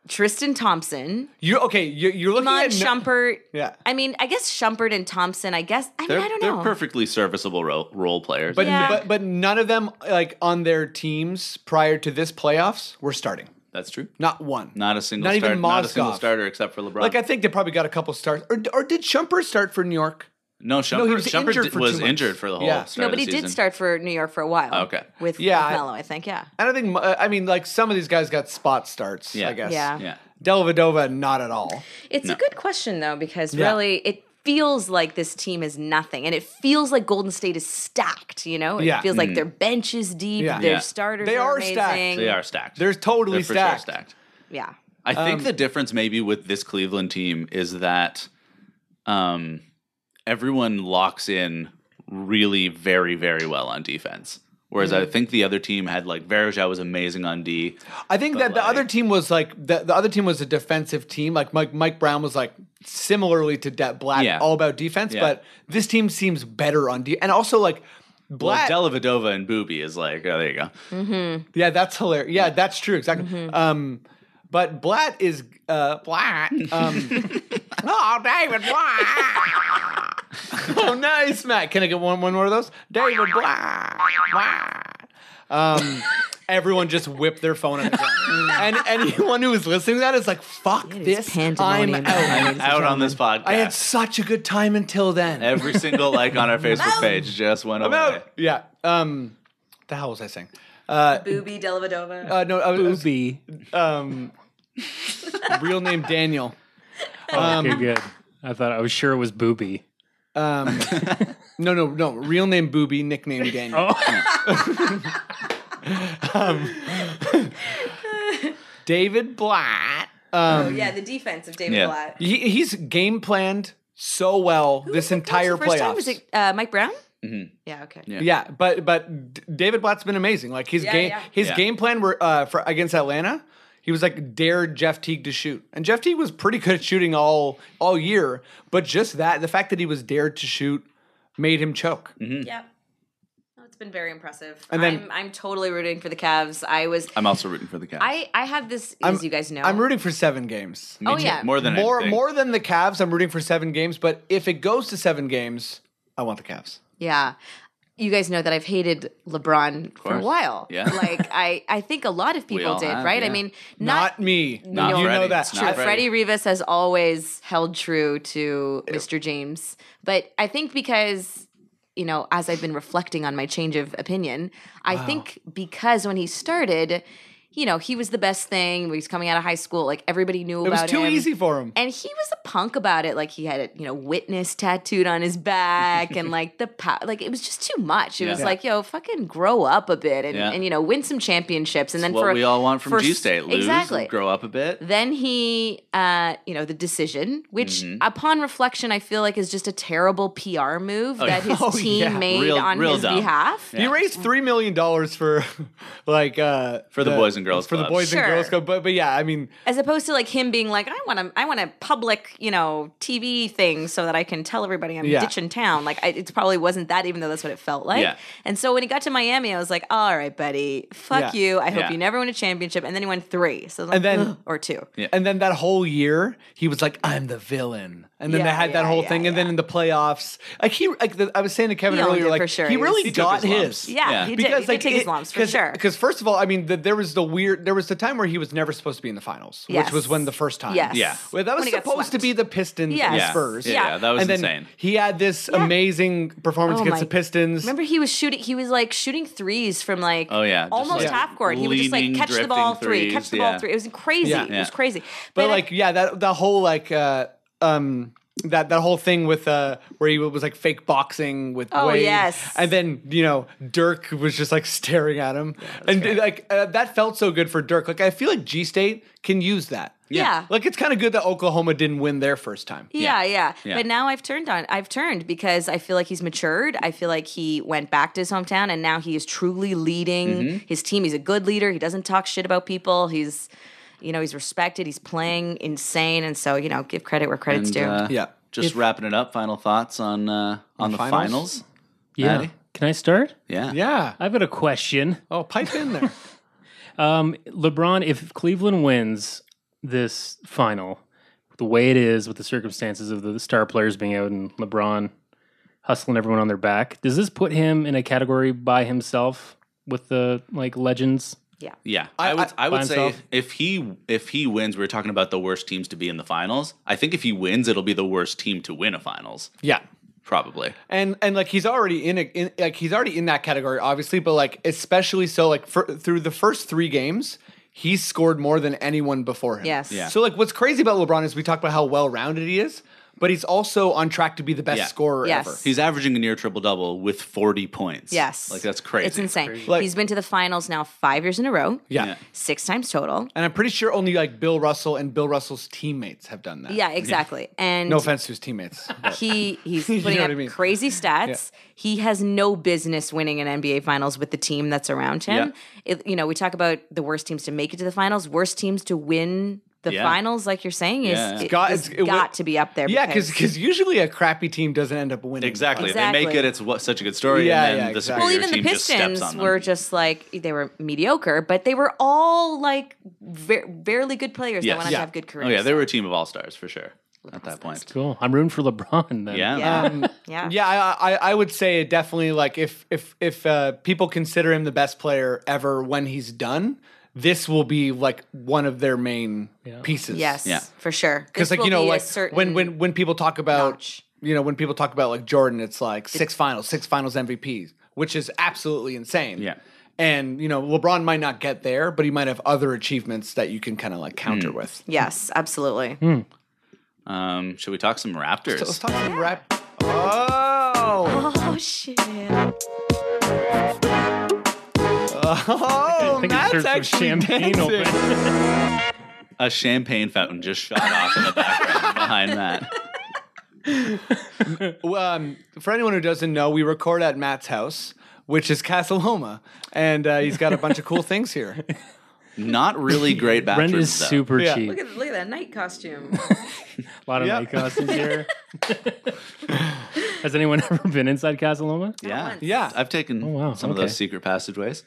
Tristan Thompson,
You okay? You, you're looking
Mon
at no-
Shumpert.
Yeah.
I mean, I guess Shumpert and Thompson. I guess I mean,
they're,
I don't
they're
know.
perfectly serviceable role, role players.
But,
Yeah.
but but none of them like on their teams prior to this playoffs were starting.
that's true.
Not one.
Not a single
Not
start,
even
not a single
Mozgov.
starter except for LeBron.
Like I think they probably got a couple starts. Or, or did Shumpert start for New York?
no, Shumpert,
he was
Shumpert
injured
di-
for
was
two months.
injured for the whole
Yeah.
start
no,
of
but
the
he did
season.
start for New York for a while.
Okay.
with
Yeah,
yeah,
I-
Mello, I think. Yeah,
I don't think. Mo- I mean, like some of these guys got spot starts.
Yeah.
I guess.
Yeah.
Yeah.
Dellavedova, not at all.
It's a good question though, because
Yeah.
really it feels like this team is nothing. And it feels like Golden State is stacked, you know? It
Yeah.
feels like their bench is deep,
Yeah.
their
Yeah.
starters
They
are,
are stacked.
amazing.
They are stacked.
They're totally
They're for
stacked.
Sure stacked.
Yeah.
I
Um,
think the difference maybe with this Cleveland team is that um, everyone locks in really very very well on defense. Whereas
Mm-hmm.
I think the other team had like Verjao was amazing on D.
I think that the
like-
other team was like the, the other team was a defensive team. Like Mike Mike Brown was like similarly to De- Black,
Yeah.
all about defense.
Yeah.
But this team seems better on D. And also like Black,
Well, Dellavedova and Booby is like, oh, there you go.
yeah, that's hilarious. Yeah, that's true. Exactly.
Mm-hmm.
Um, but Blatt is uh, Blatt. Um, oh, David Blatt. oh, nice, Matt. Can I get one, one more of those? David Blatt. Blatt. Um, everyone just whipped their phone at the ground. and anyone who was listening to that is like, "Fuck
It is
this! I'm
pandemonium.
out.
Out on this podcast.
I had such a good time until then.
Every single like on our Facebook page just went
I'm
away.
out. Yeah. Um, the hell was I saying?
Booby Dellavedova.
Uh, no, I was- I was,
Booby.
um, real name Daniel.
Oh, okay, good. I thought I was sure it was Booby.
Um, no, no, no. Real name Booby, nickname Daniel.
Oh.
Um, David Blatt.
oh, yeah, the defense of David
Yeah.
Blatt.
He, he's game planned so well this entire
First
playoffs.
time was it uh, Mike Brown? Mm-hmm. Yeah, okay.
Yeah.
Yeah, but but D- David Blatt's been amazing. Like his
Yeah,
game,
yeah.
his
Yeah.
game plan were uh, for against Atlanta. He was like dared Jeff Teague to shoot, and Jeff Teague was pretty good at shooting all all year. But just that, the fact that he was dared to shoot, made him choke.
Yeah. No, It's been very impressive.
And then-
I'm, I'm totally rooting for the Cavs. I was
I'm also rooting for the Cavs.
I I have this as you guys know.
I'm rooting for seven games.
Me
Oh,
too.
yeah.
More than
More
anything.
more than the Cavs, I'm rooting for seven games. But if it goes to seven games, I want the Cavs.
Yeah. You guys know that I've hated LeBron for a
course.
while.
Yeah.
Like I, I think a lot of people
all
did,
have,
right? I
yeah.
mean,
Not,
not,
me.
Not
you know
Freddie.
that.
It's
true.
not
Uh, Freddie
Freddie.
Rivas has always held true to Mr. James, but I think because you know, as I've been reflecting on my change of opinion, I think because when he started, you know, he was the best thing. He was coming out of high school, like everybody knew
It was
about
too
him.
easy for him.
And he was a punk about it. Like he had a you know witness tattooed on his back, and like the pow- like it was just too much. It was
Yeah.
like yo, fucking grow up a bit, and,
Yeah.
and you know win some championships, and then
what
for
we all want from
for-
G State. Lose,
exactly.
grow up a bit.
Then he, uh, you know, the decision, which
Mm-hmm.
upon reflection, I feel like is just a terrible PR move that his
Oh,
team
yeah.
made
Real-
on
real
his
dumb.
behalf.
You raised three million dollars for, like, uh,
For the Boys and Girls
for the
Club.
boys and
Sure.
girls club. But but yeah, I mean,
As opposed to like him being like, I want to, I want a public, you know, TV thing so that I can tell everybody I'm
Yeah.
ditching town. Like I, it probably wasn't that, even though that's what it felt like.
Yeah.
And so when he got to Miami, I was like, all right, buddy, fuck
Yeah.
you. I hope
Yeah.
you never win a championship. And then he won three. So I was
And
like,
then-
"Ugh," or two.
and then that whole year he was like, I'm the villain, and then
Yeah,
they had that
yeah,
whole
yeah,
thing, and then in the playoffs, like he, like the, I was saying to Kevin
He owned
earlier,
it
like
for sure.
he
He was-
really
He
took
got
his
his.
lumps.
Yeah,
Yeah.
he did. he did take his lumps for sure.
Because first of all, I mean, the, there was the weird. There was the time where he was never supposed to be in the finals,
Yes.
which was when the first time.
Yes.
Yeah.
Well, that was
When he got
supposed to
swept.
be the Pistons
Yes.
and
Yeah.
Spurs.
Yeah, yeah, that was
and then
insane.
He had this amazing performance
Oh
against
my-
the Pistons.
Remember, he was shooting. He was like shooting threes from like
Oh, yeah, just,
almost
like,
half court. He would just like
leaning,
catch the
drifting
ball three,
threes,
catch the
yeah.
ball three. It was crazy.
Yeah.
It was
Yeah.
crazy.
but
then-
like, yeah, that the whole like uh, um that that whole thing with uh where he was like fake boxing with
Oh,
Wade,
yes.
and then you know Dirk was just like staring at him, and like uh, that felt so good for Dirk. Like I feel like G State can use that.
Yeah.
Like it's kind of good that Oklahoma didn't win their first time.
Yeah, yeah,
Yeah.
But now I've turned on. I've turned because I feel like he's matured. I feel like he went back to his hometown and now he is truly leading
Mm-hmm.
his team. He's a good leader. He doesn't talk shit about people. He's, you know, he's respected. He's playing insane. And so, you know, give credit where credit's due.
uh,
Yeah.
Just wrapping it up. Final thoughts on uh, on the
finals?
finals.
Yeah.
Maddie?
Can I start?
Yeah.
Yeah.
I've got a question.
Oh, pipe in there.
Um, LeBron, if Cleveland wins this final, the way it is with the circumstances of the star players being out and LeBron hustling everyone on their back, does this put him in a category by himself with the like legends?
Yeah,
I-
I, would.
I-
By
I, would say
himself?
if he if he wins, we are talking about the worst teams to be in the finals. I think if he wins, it'll be the worst team to win a finals,
yeah.
probably.
And and like he's already in, a, in like he's already in that category obviously, but like especially so like for, through the first 3 games, he scored more than anyone before him.
Yes. Yeah.
So like what's crazy about LeBron is we talk about how well-rounded he is, but he's also on track to be the best
Yeah.
scorer
Yes.
ever.
He's averaging a near triple double with forty points.
Yes.
like that's crazy.
It's insane.
Like-
he's been to the finals now five years in a row.
Yeah.
Yeah.
Six times total.
And I'm pretty sure only like Bill Russell and Bill Russell's teammates have done that.
Yeah, exactly. And
No offense to his teammates. but-
He he's
You
putting
know
up
what I mean?
crazy stats. He has no business winning an NBA Finals with the team that's around him. It, you know, we talk about the worst teams to make it to the finals, worst teams to win the
Yeah.
finals. Like you're saying, is
Yeah. It's
it-
got-
it's
it's- it
got
would-
to be up there.
yeah, cuz usually a crappy team doesn't end up winning.
Exactly.
Exactly.
They make it. It's what, such a good story.
Yeah,
and
yeah,
then the
exactly.
superior
well, even the
team just steps
Pistons
on them.
were just like they were mediocre, but they were all like ver- barely good players that
Yes.
went on
Yeah.
to have good
oh
careers.
yeah, they were a team of all stars for sure at that point.
Cool. I'm rooting for LeBron then.
Yeah.
Yeah.
Um,
yeah.
Yeah, I, I I would say definitely like if if if uh, people consider him the best player ever when he's done, this will be like one of their main pieces.
Yes,
Yeah.
for sure.
because
This
like
will
you know
be a
like
certain
when when when people talk about
notch.
you know when people talk about like Jordan, it's like six finals, six finals MVPs, which is absolutely insane.
Yeah.
And you know LeBron might not get there, but he might have other achievements that you can kind of like
Mm.
counter with.
yes, absolutely.
Um, should we talk some Raptors?
So let's talk some rap. Oh,
Oh shit.
oh,
think it
Matt's
served some
actually
champagne
dancing.
open.
a champagne fountain just shot off in the background behind that.
um, for anyone who doesn't know, we record at Matt's house, which is Casaloma, and uh, he's got a bunch of cool things here.
Not really great bathrooms.
Rent is
though.
super
Yeah.
cheap.
at, look at that night costume.
A lot of
Yeah.
night costumes here. Has anyone ever been inside Casaloma?
Yeah.
Yeah,
I've taken
Oh, wow,
some of
okay.
those secret passageways.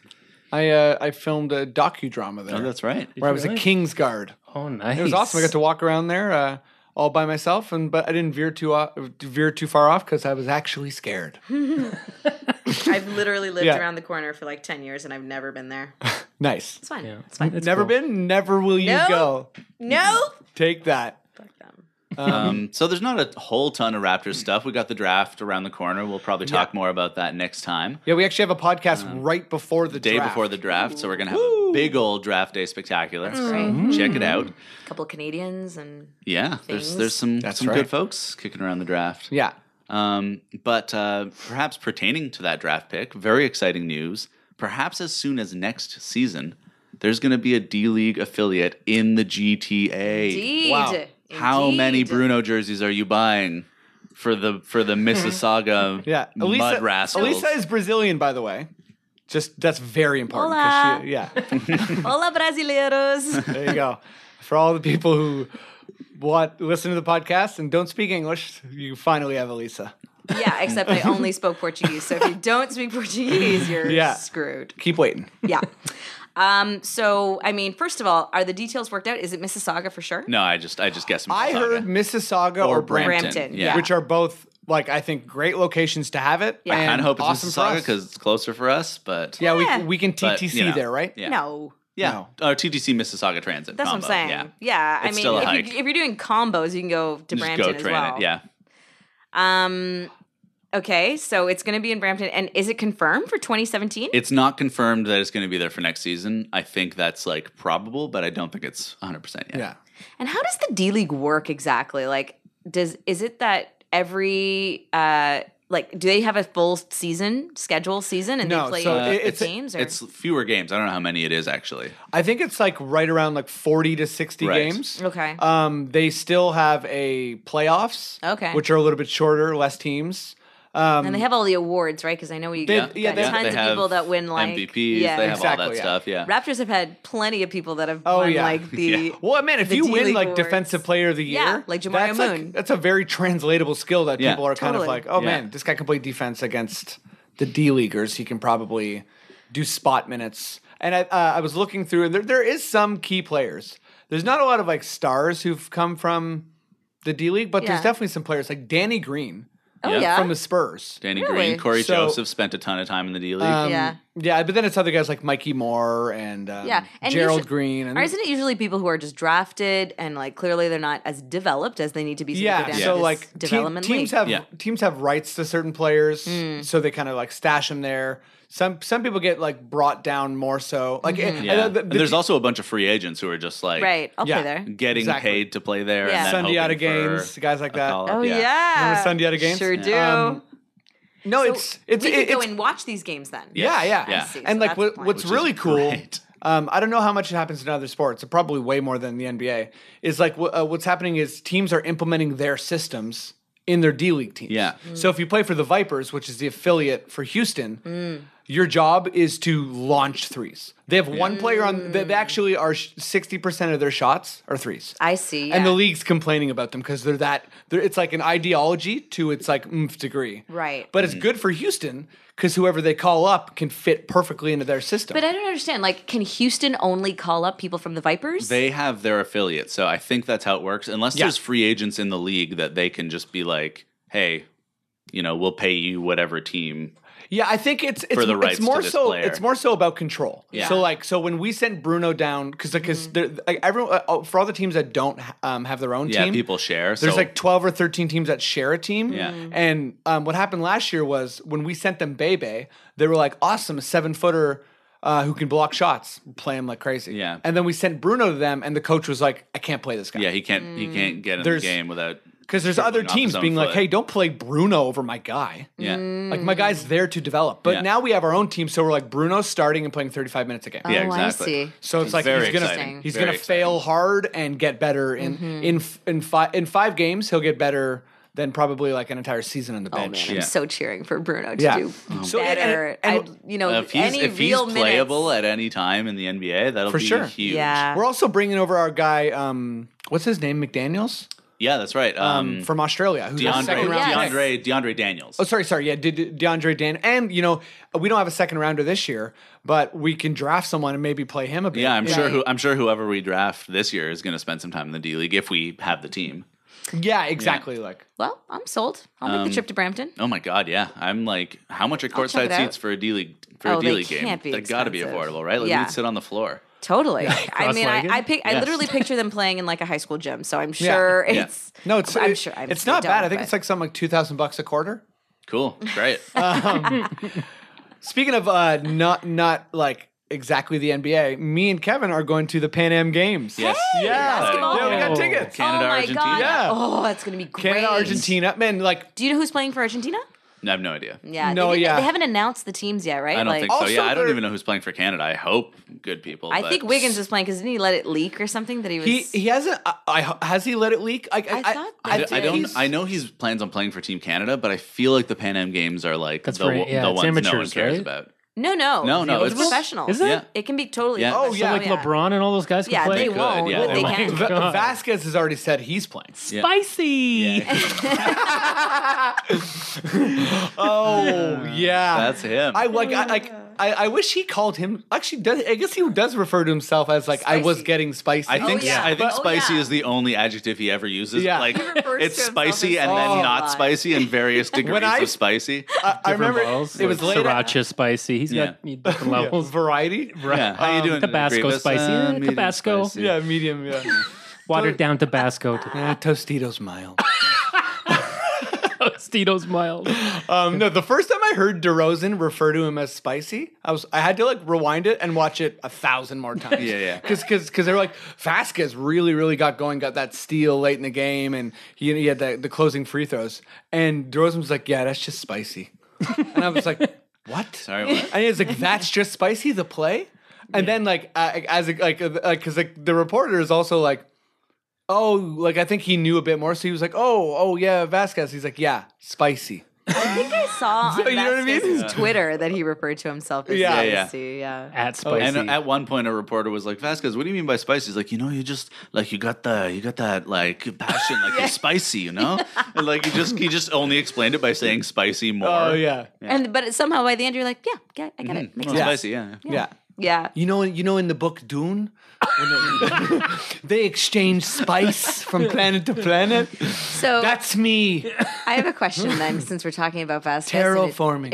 I uh, I filmed a docudrama there
Oh, that's right.
where I was a
Really?
king's guard.
Oh, nice.
It was awesome. I got to walk around there uh, all by myself, and but I didn't veer too off, veer too far off because I was actually scared.
I've literally lived
Yeah.
around the corner for like 10 years and I've never been there.
Nice.
It's fine. It's
It's
fine.
Never
cool.
been. Never will you
No.
go.
No.
Take that.
Fuck them.
Um, so there's not a whole ton of Raptors stuff. We got the draft around the corner. We'll probably talk more about that next time.
Yeah, we actually have a podcast right Uh, before the
Day
draft.
before the draft, so we're gonna have a big old draft day spectacular. Check it
Mm-hmm.
out.
A couple of Canadians and
Yeah, there's
Things.
there's some
That's
some
right.
good folks kicking around the draft.
Yeah.
Um, but uh, perhaps pertaining to that draft pick, very exciting news. Perhaps as soon as next season, there's going to be a D League affiliate in the GTA.
Indeed.
Wow.
How many
Indeed.
Bruno jerseys are you buying for the for the Mississauga
Yeah,
mud rascals?
Elisa is Brazilian, by the way. Just that's very important. 'cause
Hola.
She, yeah,
Hola, brasileros.
there you go. For all the people who want listen to the podcast and don't speak English, you finally have Elisa.
yeah, except I only spoke Portuguese. So if you don't speak Portuguese, you're
Yeah.
screwed.
Keep waiting.
Yeah. Um, so, I mean, first of all, are the details worked out? Is it Mississauga for sure?
no, I just I just guessed. Mississauga.
I heard Mississauga or,
or
Brampton,
Brampton.
Brampton,
Yeah,
yeah.
which are both like I think great locations to have it.
Yeah. I
I kind
and
of hope it's
awesome for
Mississauga
us.
because it's closer for us. But
yeah,
Yeah.
we we can TTC
but, you know,
there, right?
Yeah.
No.
Yeah.
No.
Uh, TTC Mississauga Transit.
That's
combo.
what I'm saying.
Yeah.
Yeah, I
It's
mean,
still a
if,
hike.
You, if you're doing combos, you can go to
Just
Brampton
go
as
train
well.
it. Yeah.
Um. Okay, so it's going to be in Brampton, and is it confirmed for 2017?
It's not confirmed that it's going to be there for next season. I think that's like probable, but I don't think it's 100% yet.
Yeah.
And how does the D League work exactly? Like, does is it that every uh like do they have a full season schedule season and
No,
they play
so
eight
it- it's-
games? Or?
Uh, It's fewer games. I don't know how many it is actually.
I think it's like right around like 40 to 60
Right.
games.
okay.
Um, they still have a playoffs,
Okay.
which are a little bit shorter, less teams. Um,
and they have all the awards, right? Because I know we
They-
got
yeah, they-
tons
they
of
have
people that win like
MVPs.
Yeah,
they have all
Exactly,
that
yeah.
stuff. Yeah.
Raptors have had plenty of people that have
Oh,
won
yeah.
like the.
well, man, if
the
you
D
win
League
like
awards.
defensive player of the year,
Yeah, like Jamario
that's like-
Moon.
that's a very translatable skill that
Yeah.
people are kind of
Totally.
like, oh
Yeah.
man, this guy can play defense against the D leaguers. He can probably do spot minutes. And I, uh, I was looking through, and there, there is some key players. There's not a lot of like stars who've come from the D league, but there's
Yeah.
definitely some players like Danny Green
Oh
Yeah.
yeah.
from the Spurs.
Danny
Really?
Green, Corey
So-
Joseph spent a ton of time in the D League.
Um,
Yeah.
yeah, but then it's other guys like Mikey Moore and, um,
Yeah, and
Gerald
usu-
Green. And,
Or isn't it usually people who are just drafted and like clearly they're not as developed as they need to be? So
yeah,
yeah.
so like te-
development
teams
league. Mm.
have
Yeah.
teams have rights to certain players, so they kind of like stash them there. Some some people get like brought down more so. Like eh,
Mm-hmm.
I
yeah.
know the-
and
the
there's
te-
also a bunch of free agents who are just like
right. I'll
yeah.
play there.
getting
Exactly.
paid to play there.
Yeah.
And then
Sundiata
hoping for
games, guys like
a
that.
call-up.
Oh yeah.
Remember Sundiata games?
Sure do.
Um, no,
So
it's it's
we could
it-
go
it's-
and watch these games then.
yeah, yeah,
Yeah. I
see,
And
so
like
that's
what,
the
what's
Which is
really cool.
great.
Um, I don't know how much it happens in other sports. Probably way more than the NBA. Is like wh- uh, what's happening is teams are implementing their systems in their D League teams.
Yeah.
Mm.
So if you play for the Vipers, which is the affiliate for Houston,
Mm.
your job is to launch threes. They have
Mm.
one player on. They, they actually are sixty percent of their shots are threes.
I see. Yeah.
And the league's complaining about them because they're that. They're, it's like an ideology to its like oomph degree.
Right.
But
Mm.
it's good for Houston because whoever they call up can fit perfectly into their system.
But I don't understand. Like, can Houston only call up people from the Vipers?
They have their affiliates, so I think that's how it works. Unless
Yeah.
there's free agents in the league that they can just be like, "Hey, you know, we'll pay you whatever team."
yeah, I think it's it's,
For the rights
it's
to
more
this
so
player.
it's more so about control.
Yeah.
So like so when we sent Bruno down because because
Mm-hmm.
like, everyone uh, oh, for all the teams that don't um, have their own
Yeah,
team,
people share.
There's
so
like 12 or 13 teams that share a team.
Yeah. Mm.
And um, what happened last year was when we sent them Bebe, they were like, awesome, a seven footer uh, who can block shots, play him like crazy.
Yeah.
And then we sent Bruno to them, and the coach was like, I can't play this guy.
yeah, he can't he
Mm.
can't get in
There's-
the game without
Because there's other
dribbling off
teams
his own
being like,
foot.
hey, don't play Bruno over my guy.
yeah
Mm,
Uh,
Like, my guy's there to develop. But
Yeah.
now we have our own team, so we're like, Bruno's starting and playing 35 minutes a game.
yeah
oh, I
exactly.
see.
So it's like
Very
he's gonna
exciting.
he's
Very
gonna fail hard and get better in
Mm-hmm.
in f- in five in five games. He'll get better than probably like an entire season on the
Oh man,
bench.
I'm
Yeah.
so cheering for Bruno to
Yeah.
do
So-
better.
and- and-
I, you know,
Oh, if he's
any
if he's
real
playable at
minutes.
any time in the NBA, that'll
For
be
sure.
huge.
Yeah.
We're also bringing over our guy. Um, what's his name? McDaniel's
Yeah, that's right. Um,
um, from Australia. Who's a
DeAndre
second
Oh, yes.
round
DeAndre
pick.
DeAndre Daniels.
Oh, sorry, sorry. Yeah, De- De- DeAndre Dan. And you know, we don't have a second rounder this year, but we can draft someone and maybe play him a bit.
yeah, I'm sure
Right.
who I'm sure whoever we draft this year is going to spend some time in the D League if we have the team.
yeah, exactly. Like
Well, I'm sold. I'll make the trip to Brampton.
Oh my god, yeah. I'm like, how much are
check
courtside
it out.
seats for a D League for
Oh,
a
they
D League game?
can't be
They gotta be
expensive.
affordable, right? Like
Yeah.
we could sit on the floor.
Totally. I mean, I
cross-legged?
I, pic- I
Yeah.
literally picture them playing in like a high school gym, so I'm sure
Yeah.
it's
no, it's
I'm
it-
sure I'm
it's
sure they
not bad.
don't,
I think
but-
it's like something like two thousand bucks a quarter.
Cool. Great.
Speaking of uh, not not like exactly the NBA, me and Kevin are going to the Pan Am Games.
yes.
yeah,
basketball?
yeah, we got
Oh.
tickets.
Oh
Canada,
my
Argentina.
god!
Yeah.
Oh, that's gonna be great.
Canada, Argentina, man, like
Do you know who's playing for Argentina?
I have no idea.
Yeah.
No,
they didn't-
yeah.
They haven't announced the teams yet, right?
I don't
like,
think so.
Also,
Yeah, I don't
they're-
even know who's playing for Canada. I hope good people.
I
but-
think Wiggins was playing because didn't he let it leak or something that he was?
he he hasn't. I, I has he let it leak? I, I,
I thought
I,
they
I
did.
don't.
he's-
I know he's plans on playing for Team Canada, but I feel like the Pan Am Games are like
That's
the,
right, yeah,
the
it's
ones no one
amateurs,
cares
right?
about.
no, no,
No, no,
It's
it's-
professional.
Is it?
Yeah.
It can be totally.
Yeah.
Oh, yeah.
Like LeBron and all those guys can
Yeah,
play.
they
could,
won't.
yeah,
but
they
they
might.
can.
Va-
God.
Vasquez has already said he's playing.
Yeah.
Spicy.
oh yeah,
That's him.
I like. I like. I, I wish he called him. Actually, does, I guess he does refer to himself as like I was
Spicy.
getting spicy.
I think
Oh, yeah.
I think
Oh,
spicy
yeah.
is the only adjective he ever uses.
Yeah.
Like
He
refers
it's
to himself
spicy
as
and then
spicy.
not spicy and various degrees
I-
of spicy.
I, I
Different
remember
balls,
it was
like
late. at-
sriracha spicy. He's
Yeah.
got different levels.
Variety.
yeah. How
Um,
you doing? today,
Tabasco
Grievous?
spicy.
Uh,
Yeah,
medium
Tabasco.
spicy.
Yeah, medium. Yeah.
Watered down Tabasco.
Ah, Tostitos mild.
Tostitos mild.
Um, no, the first time I heard DeRozan refer to him as spicy, I was I had to like rewind it and watch it a thousand more times.
Yeah, yeah.
Because because they were like Vasquez really really got going, got that steal late in the game, and he, he had the, the closing free throws, and DeRozan was like, yeah, that's just spicy, and I was like, what?
Sorry, what?
And it's like that's just spicy. The play, and then like I- as a- like uh, like because like the reporter is also like, oh, like I think he knew a bit more, so he was like, oh, oh yeah, Vasquez. He's like, yeah, spicy.
I think I saw on
you know what I mean?
Vasquez's Twitter that he referred to himself as
Yeah.
yeah,
Yeah, yeah.
Yeah.
At
Oh,
spicy.
And at one point, a reporter was like, "Vasquez, what do you mean by spicy?" He's like, "You know, you just like you got the you got that like passion, like it's spicy, you know." And like he just he just only explained it by saying spicy more.
Oh yeah. Mm-hmm.
And but somehow by the end you're like, yeah, get, I get it. Makes
Well,
sense.
spicy, yeah.
Yeah.
Yeah.
You know, you know, in the book Dune, when they- they exchange spice from planet to planet.
So
That's me
I have a question then, since we're talking about Vasquez. and it
terraforming.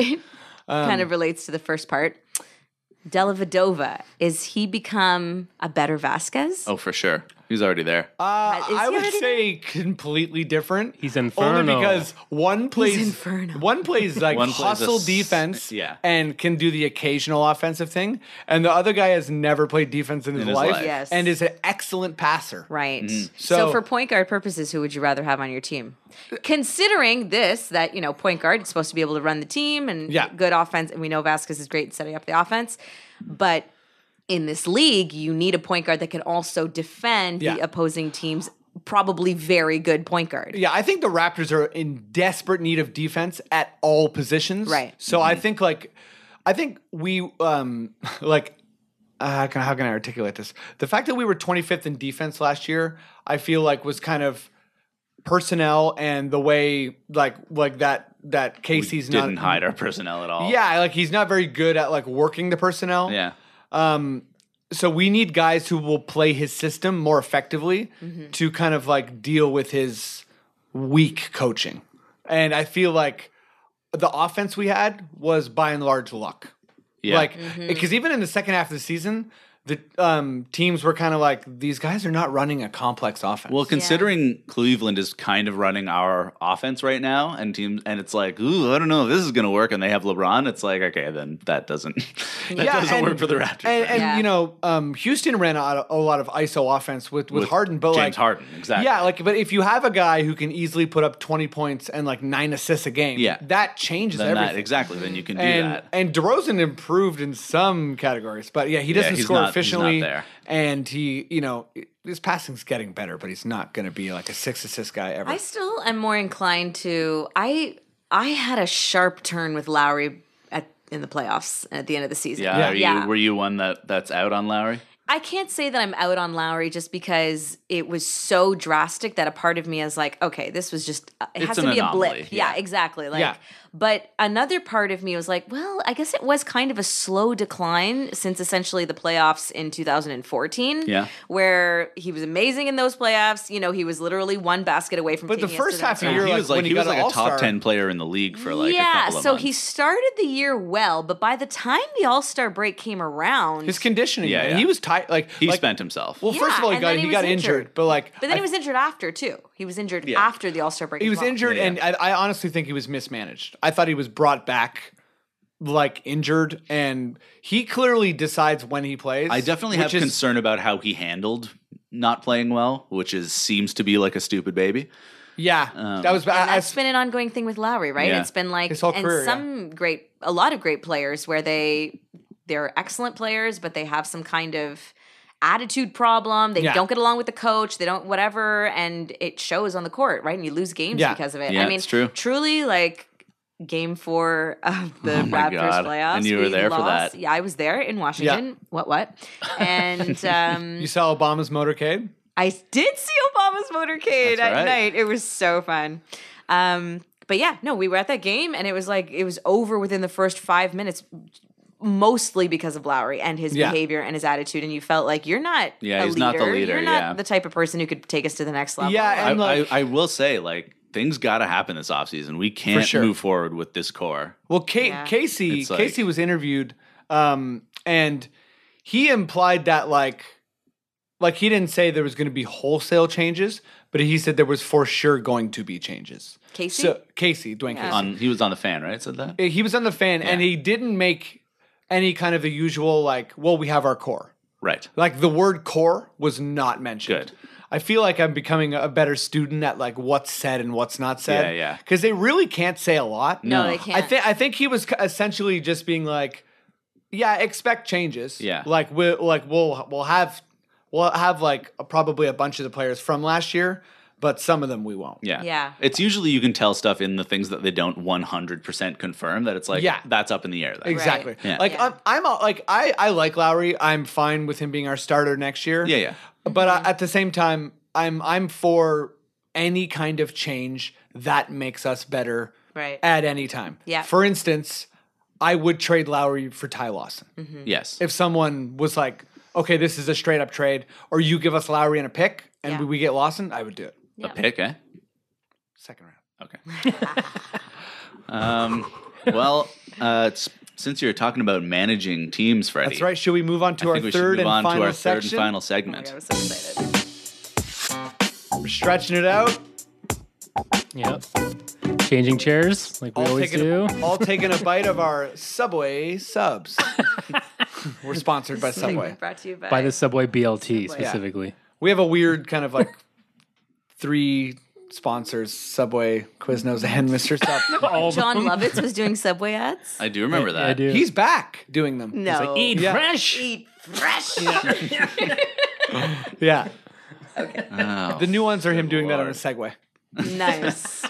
kind
Um,
of relates to the first part. Delavadova, is he become a better Vasquez?
Oh, for sure, he's already there.
Uh,
Is
I
he
would
already
say completely different.
He's
Only
Inferno.
because one plays
Inferno.
one plays like
One plays a
hustle
s-
defense,
yeah.
and can do the occasional offensive thing, and the other guy has never played defense in his,
In his
life,
life.
Yes.
and is an excellent passer.
Right.
Mm-hmm. So-
So, for point guard purposes, who would you rather have on your team? Considering this, that you know, point guard is supposed to be able to run the team and
Yeah.
good offense, and we know Vasquez is great at setting up the offense, but in this league, you need a point guard that can also defend
Yeah.
the opposing team's probably very good point guard.
Yeah, I think the Raptors are in desperate need of defense at all positions.
Right.
So I think like I think we um like uh, how can how can I articulate this? The fact that we were 25th in defense last year, I feel like was kind of personnel and the way like like that that Casey's
Didn't
not
hide our personnel at all.
Yeah, like he's not very good at like working the personnel.
yeah.
So we need guys who will play his system more effectively to kind of like deal with his weak coaching. And I feel like the offense we had was by and large luck.
Yeah.
Like because even in the second half of the season, the um, teams were kind of like these guys are not running a complex offense.
Well, considering Cleveland is kind of running our offense right now, and teams, and it's like, ooh, I don't know if this is going to work, and they have LeBron. It's like, okay, then that doesn't that
Yeah,
doesn't
and-
work for the Raptors.
and, and
Yeah.
you know, um, Houston ran a, a lot of ISO offense with with,
With
Harden, but
James
like
Harden, exactly.
Yeah, like but if you have a guy who can easily put up twenty points and like nine assists a game,
Yeah.
that changes
then
everything.
that exactly. Then you can do
and,
that.
And DeRozan improved in some categories, but yeah, he
Yeah,
doesn't
he's
score
not- he's
efficiently.
not there.
And he, you know, his passing's getting better, but he's not going to be like a six assist guy ever.
I still am more inclined to I I had a sharp turn with Lowry at in the playoffs at the end of the season.
Yeah, Are you, were you one that that's out on Lowry?
I can't say that I'm out on Lowry just because it was so drastic that a part of me is like, okay, this was just uh, it
It's
has
an
to be a
anomaly,
blip. Yeah, exactly. Like
Yeah.
but another part of me was like, well, I guess it was kind of a slow decline since essentially the playoffs in 2014
Yeah.
where he was amazing in those playoffs, you know, he was literally one basket away from
But the
taking us to
first half of
next
the
round.
year,
he
like,
was like
when he
he was
got an
like a
All-Star-
top ten player in the league for like a
yeah,
couple of
so
months.
he started the year well, but by the time the All Star break came around,
his conditioning,
Yeah,
man,
yeah.
he was tight. Like
he
like-
spent himself.
Well, first of
Yeah,
all, he
and
got
then
he,
he
got
was
injured,
injured.
but like,
but then he
I-
was injured after too. He was injured
Yeah.
after the All Star break.
he
as
was
well.
injured,
Yeah, yeah.
and I, I honestly think he was mismanaged. I thought he was brought back like injured, and he clearly decides when he plays.
I definitely
which
have
is-
concern about how he handled not playing well, which is seems to be like a stupid baby.
Yeah,
um,
that was
And
bad.
that's been an ongoing thing with Lowry, right?
Yeah.
It's been like
His whole career, yeah.
and some great, a lot of great players where they they're excellent players, but they have some kind of attitude problem. They
Yeah.
don't get along with the coach. They don't whatever, and it shows on the court, right? And you lose games
Yeah.
because of it.
Yeah,
I mean,
it's true.
Truly, like. Game four of the
Oh my
Raptors
God.
playoffs,
And you were
we
there for
lost.
that.
Yeah, I was there in Washington. What, what? And um,
you saw Obama's motorcade.
I did see Obama's motorcade
That's
at
right.
night. It was so fun. Um, but yeah, no, we were at that game and it was like it was over within the first five minutes. mostly because of Lowry and his
Yeah.
behavior and his attitude, and you felt like you're not.
Yeah,
a
he's not the leader,
You're not
yeah.
the type of person who could take us to the next level.
Yeah,
I,
and like,
I, I will say, like, things got to happen this offseason. We can't
sure.
move forward with this core.
well, Ca-
Yeah.
Casey,
It's like-
Casey was interviewed, um, and he implied that like, like he didn't say there was going to be wholesale changes, but he said there was for sure going to be changes.
Casey.
So Casey, Dwayne Casey,
On he was on the fan, right? Said that.
he was on the fan, and he didn't make any kind of the usual like, well, we have our core.
Right.
Like the word core was not mentioned.
Good.
I feel like I'm becoming a better student at like what's said and what's not said.
Yeah, yeah.
Because they really can't say a lot.
no, they can't.
I think I think he was c- essentially just being like, yeah, expect changes.
Yeah.
Like we will like we'll we'll have we'll have like a, probably a bunch of the players from last year, but some of them we won't.
Yeah.
Yeah.
It's usually you can tell stuff in the things that they don't 100% confirm that it's like,
Yeah.
that's up in the air. Then.
Exactly.
Yeah.
Like
Yeah.
I'm, I'm all, like I, I like Lowry. I'm fine with him being our starter next year.
Yeah, yeah.
But
Mm-hmm.
uh, at the same time, I'm I'm for any kind of change that makes us better
right.
at any time.
Yeah.
For instance, I would trade Lowry for Ty Lawson
Yes.
if someone was like, "Okay, this is a straight up trade," or you give us Lowry and a pick, and
Yeah.
we, we get Lawson, I would do it.
A pick, eh?
Second round.
Okay. um, well, uh, s- since you're talking about managing teams, Freddie.
That's right. Should we move on to
I
our
think we should
third
move
and
on to
final
our third and
section?
final
Oh my God,
segment.
I'm so excited.
We're stretching it out.
Yep. Changing chairs like we
uh, all
always
taking
do.
A, all taking a bite of our Subway subs. We're sponsored by Subway.
Brought to you by,
By the Subway BLT specifically.
We have a weird kind of like three sponsors: Subway, Quiznos, and Mr. Sub.
All the-
John Lovitz was doing Subway ads.
I do remember that.
I do.
He's back doing them.
No.
Eat
Yeah.
fresh.
Eat fresh.
Yeah.
Oh.
The new ones are him doing that on a
Lord.
Segway.
nice.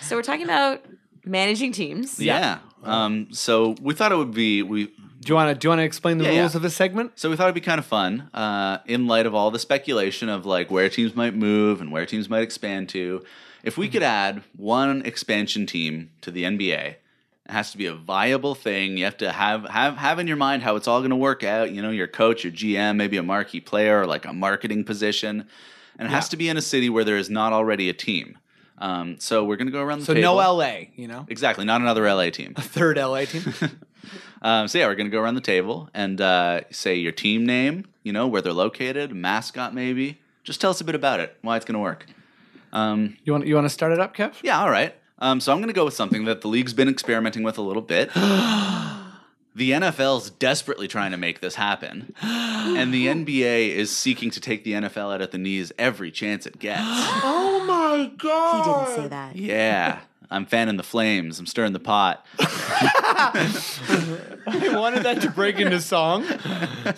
So we're talking about managing teams.
yeah. Um, so we thought it would be we
Do you want to do you want to explain the
Yeah, yeah.
rules of this segment?
So we thought it'd be kind of fun, uh, in light of all the speculation of like where teams might move and where teams might expand to. If we could add one expansion team to the NBA, it has to be a viable thing. You have to have have have in your mind how it's all going to work out. You know, your coach, your GM, maybe a marquee player or like a marketing position, and it has to be in a city where there is not already a team. Um, so we're going to go around the
So
table.
no LA, you know,
exactly, not another LA team.
third LA team.
Um, so yeah, we're gonna go around the table and uh, say your team name, you know, where they're located, mascot maybe. Just tell us a bit about it, why it's gonna work. Um,
You want you want to start it up, Kev?
yeah, all right. Um, so I'm gonna go with something that the league's been experimenting with a little bit. the NFL's desperately trying to make this happen, and the NBA is seeking to take the NFL out at the knees every chance it gets.
Oh my
He
god!
didn't say that.
Yeah, I'm fanning the flames. I'm stirring the pot.
I wanted that to break into song.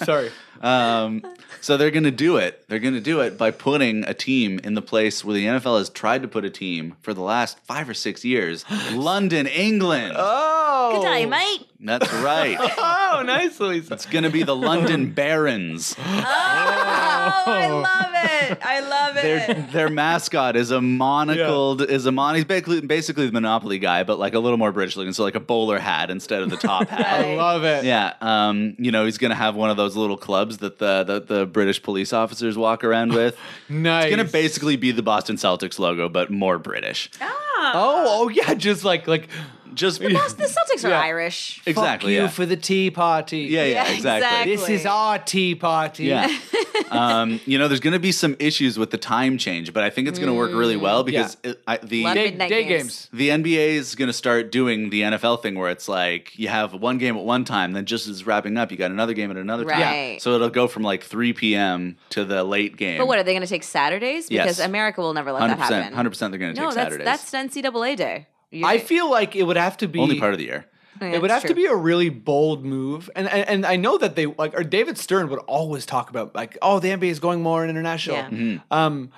Sorry.
Um, so they're going to do it. They're going to do it by putting a team in the place where the NFL has tried to put a team for the last five or six years London, England.
Oh.
Good day, mate.
That's right.
Oh, nicely.
It's going to be the London Barons.
Oh, I love it. I love it.
Their their mascot is a monocled is a mon. He's basically, basically the Monopoly guy, but like a little more British looking. So like a bowler hat instead of the top hat.
I love it.
Yeah, um, you know he's gonna have one of those little clubs that the the, the British police officers walk around with.
Nice.
It's gonna basically be the Boston Celtics logo, but more British.
Oh, oh yeah, just like like
Just
Plus, the Celtics are
Yeah.
Irish.
exactly.
fuck you
yeah.
for the tea party.
yeah, yeah,
Yeah,
exactly.
This is our tea party.
Yeah. um, you know, there's gonna be some issues with the time change, but I think it's gonna work really well because it, I, the
Mm, Love
Day,
Midnight
day
games.
games.
the NBA is going to start doing the NFL thing where it's like you have one game at one time, then just as wrapping up, you got another game at another time.
Right.
So it'll go from like 3 p.m. to the late game.
But what are they going to take Saturdays? Because
Yes.
America will never let
100%,
that happen.
100% they're going to
No,
take
that's
Saturdays.
that's NCAA day. You're
I
right.
feel like it would have to be
Only part of the year.
Yeah,
It would
it's
have to
true.
be a really bold move, and, and and I know that they like or David Stern would always talk about like, oh, the NBA is going more international.
Yeah.
Um,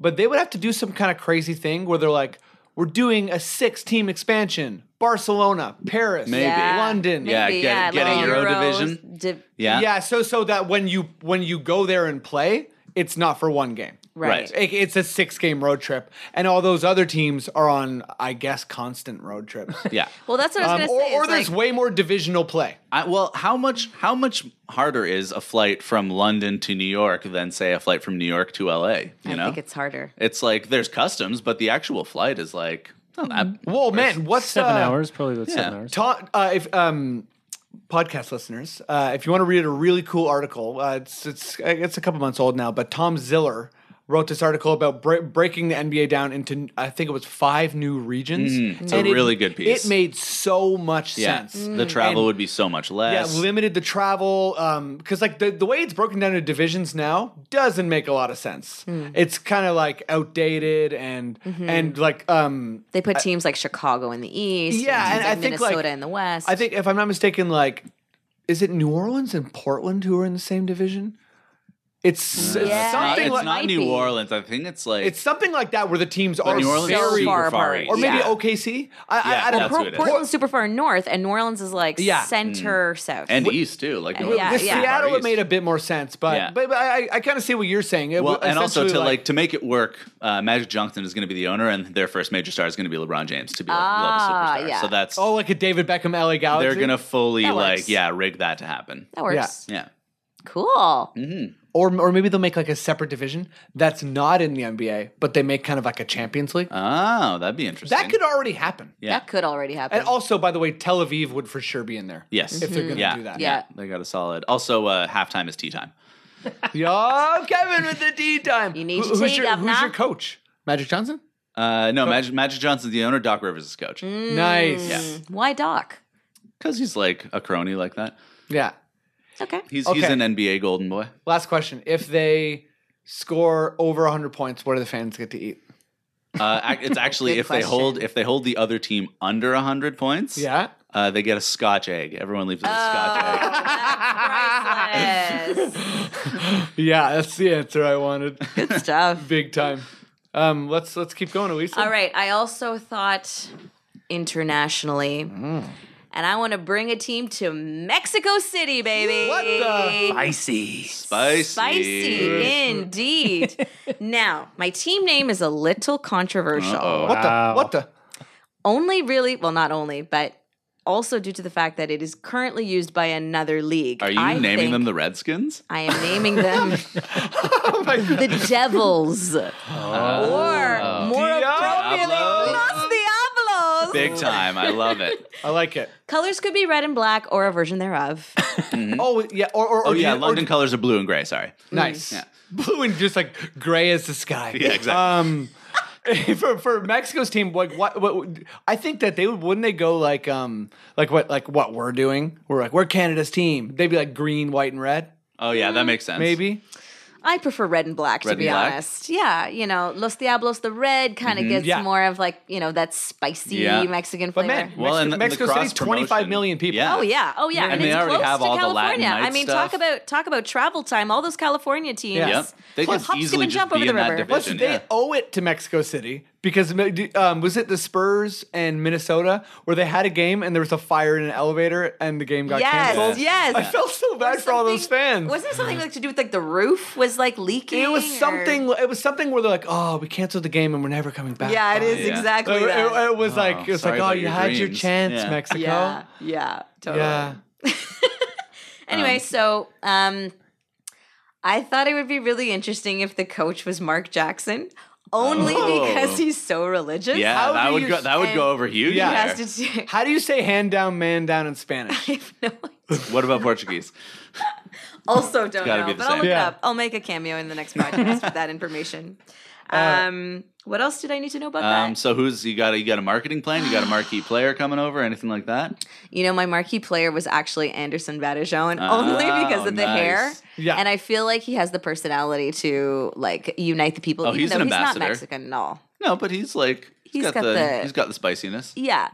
but they would have to do some kind of crazy thing where they're like, we're doing a six-team expansion: Barcelona, Paris,
Maybe. Yeah.
London.
Yeah,
Maybe,
get- get a
like
Euro
Euros,
division.
div-
Yeah.
yeah. So so that when you when you go there and play, it's not for one game.
Right.
It- It's a six game road trip, and all those other teams are on, I guess, constant road trips.
Yeah.
Well, that's what I was
Um,
going to
or
say.
or
is,
there's
like,
way more divisional play.
I, well, how much how much harder is a flight from London to New York than say a flight from New York to LA? You
I
know,
think it's harder.
It's like there's customs, but the actual flight is like not that-
Whoa, man, what's
Seven
uh,
hours, probably about seven
yeah.
hours.
Ta- uh, if um, podcast listeners, uh, if you want to read a really cool article, uh, it's it's it's a couple months old now, but Tom Ziller wrote this article about bre- breaking the NBA down into I think it was five new regions.
Mm, it's a
And it-
really good piece.
It made so much
yeah. Mm.
sense.
Mm.
The travel
And-
would be so much
Yeah,
less.
limited the travel because like the, the way it's broken down into divisions now doesn't make a lot of sense. It's kind of like outdated and and like um
They put teams like Chicago in the east.
Yeah,
teams
and I
like
think, like,
Minnesota in the west.
I think if I'm not mistaken, like, is it New Orleans and Portland who are in the same division? It's,
It's
it's
not,
Yeah.
something
it's
like
not
might
New
be.
Orleans. I think it's like
it's something like that where the teams
but
are
New Orleans is
very
so
super
far
far
apart.
east.
or maybe
Yeah.
OKC. I, I,
Yeah,
I don't
that's
know.
who
Por-
it is.
Portland's super far north, and New Orleans is like
Yeah.
center south.
Mm. and E- east too. Like
Yeah,
New
yeah.
Orleans
With
is super far
Seattle, it
east.
made a bit more sense, but
Yeah.
but, but I, I kind of see what you're saying. It
Well,
was
and also to
essentially,
like, to make it work, uh, Magic Johnson is going to be the owner, and their first major star is going to be LeBron James to be like,
Ah,
a global superstar.
yeah.
So that's
oh, like a David Beckham LA Galaxy.
they're going to fully
That
like
works.
yeah rig that to happen.
that works.
Yeah,
Cool.
Mm.
or or maybe they'll make like a separate division that's not in the NBA, but they make kind of like a Champions League.
oh, that'd be interesting.
that could already happen.
yeah.
That could already happen.
And also, by the way, Tel Aviv would for sure be in there.
yes,
If they're going to
yeah.
do that.
Yeah.
They got a solid. Also, uh, halftime is tea time.
Yo, Kevin with the D time.
You need
Who-
to
who's
take
your,
up,
who's
nah.
your coach? Magic Johnson?
Uh, no, Magic, Magic Johnson's the owner. Doc Rivers is coach
Mm.
Nice.
Yeah.
Why Doc?
because he's like a crony like that.
Yeah.
Okay.
He's he's
Okay.
an NBA golden boy.
Last question. If they score over 100 points, what do the fans get to eat?
Uh, ac- it's actually
Good
if they hold if they hold the other team under hundred points,
Yeah.
uh, they get a Scotch egg. Everyone leaves with a Scotch egg.
Oh,
Priceless.
Yeah, that's the answer I wanted.
Good stuff.
Big time. Um, let's let's keep going, Elisa.
All right. I also thought internationally,
Mm.
and I want to bring a team to Mexico City, baby.
What the-
Spicy.
Spicy.
Spicy indeed. now, my team name is a little controversial.
Uh-oh.
What the?
Wow.
What the?
Only really, well, not only, but also due to the fact that it is currently used by another league.
Are you
I
naming
think
them the Redskins?
I am naming them
Oh my God.
the Devils
Oh.
or more
Oh,
appropriately,
Diablos.
Los Diablos.
Big time. I love it.
I like it.
Colors could be red and black or a version thereof.
Oh yeah. Or or, or
Oh
do
yeah,
you- or
London
do-
colors are blue and gray. Sorry.
Nice.
Yeah.
Blue and just like gray as the sky.
Yeah, exactly.
Um, for for Mexico's team, like what, what I think that they would wouldn't they go like um like what like what we're doing? We're like we're Canada's team. They'd be like green, white, and red,
Oh yeah, that makes sense.
maybe.
I prefer red and black
Red
to
and
be
black? Mm-hmm.
honest. Yeah, you know, Los Diablos, the red kind of gets
Yeah.
more of like you know that spicy
Yeah.
Mexican
But
flavor.
man,
Well,
Mexico,
and the- the
Mexico City's twenty five
cross-promotion.
million people.
Yeah.
Oh yeah, oh yeah,
And
and,
they
it's
already
close
have
to
all the Latin
California. I
Knight
mean,
stuff.
talk about talk about travel time. All those California teams.
Yeah.
Yep. They
Plus,
could
hop, skip,
easily
and
just
jump
be
over
in
the
that
river.
division.
Plus, they
Yeah.
owe it to Mexico City because um, was it the Spurs and Minnesota where they had a game and there was a fire in an elevator and the game got
Yes,
canceled?
yes.
I felt so bad for all those fans.
Wasn't it something like to do with like the roof was like leaking?
It was
or-
something. It was something where they're like, "Oh, we canceled the game and we're never coming back."
Yeah, it is
Oh, Yeah.
It,
exactly
it-
that.
it was like it was
sorry
like, "Oh,
about
you
your
had your
dreams."
chance,
Yeah.
Mexico."
Yeah, yeah, totally.
Yeah.
Anyway, so um, I thought it would be really interesting if the coach was Mark Jackson, only
Oh.
because he's so religious.
Yeah,
How
that
do
would
you
go, that would
and-
go over huge.
he
Yeah.
Yeah.
has to. do-
How do you say "hand down, man down" in Spanish?
I have no idea.
What about Portuguese?
Also, don't
gotta be
know,
the
but I'll
same.
look
Yeah.
it up. I'll make a cameo in the next podcast with that information. Um, what else did I need to know about
Uh, Um,
that?
so who's you got? A, you got a marketing plan? You got a marquee player coming over? Anything like that?
You know, my marquee player was actually Anderson Vadajon, only
Oh,
because of the
nice.
hair.
Yeah.
and I feel like he has the personality to like unite the people,
Oh,
even
he's
though
an
he's
ambassador.
not Mexican at all.
No, but he's like
He's
got,
got
the,
the-
he's got the spiciness.
Yeah.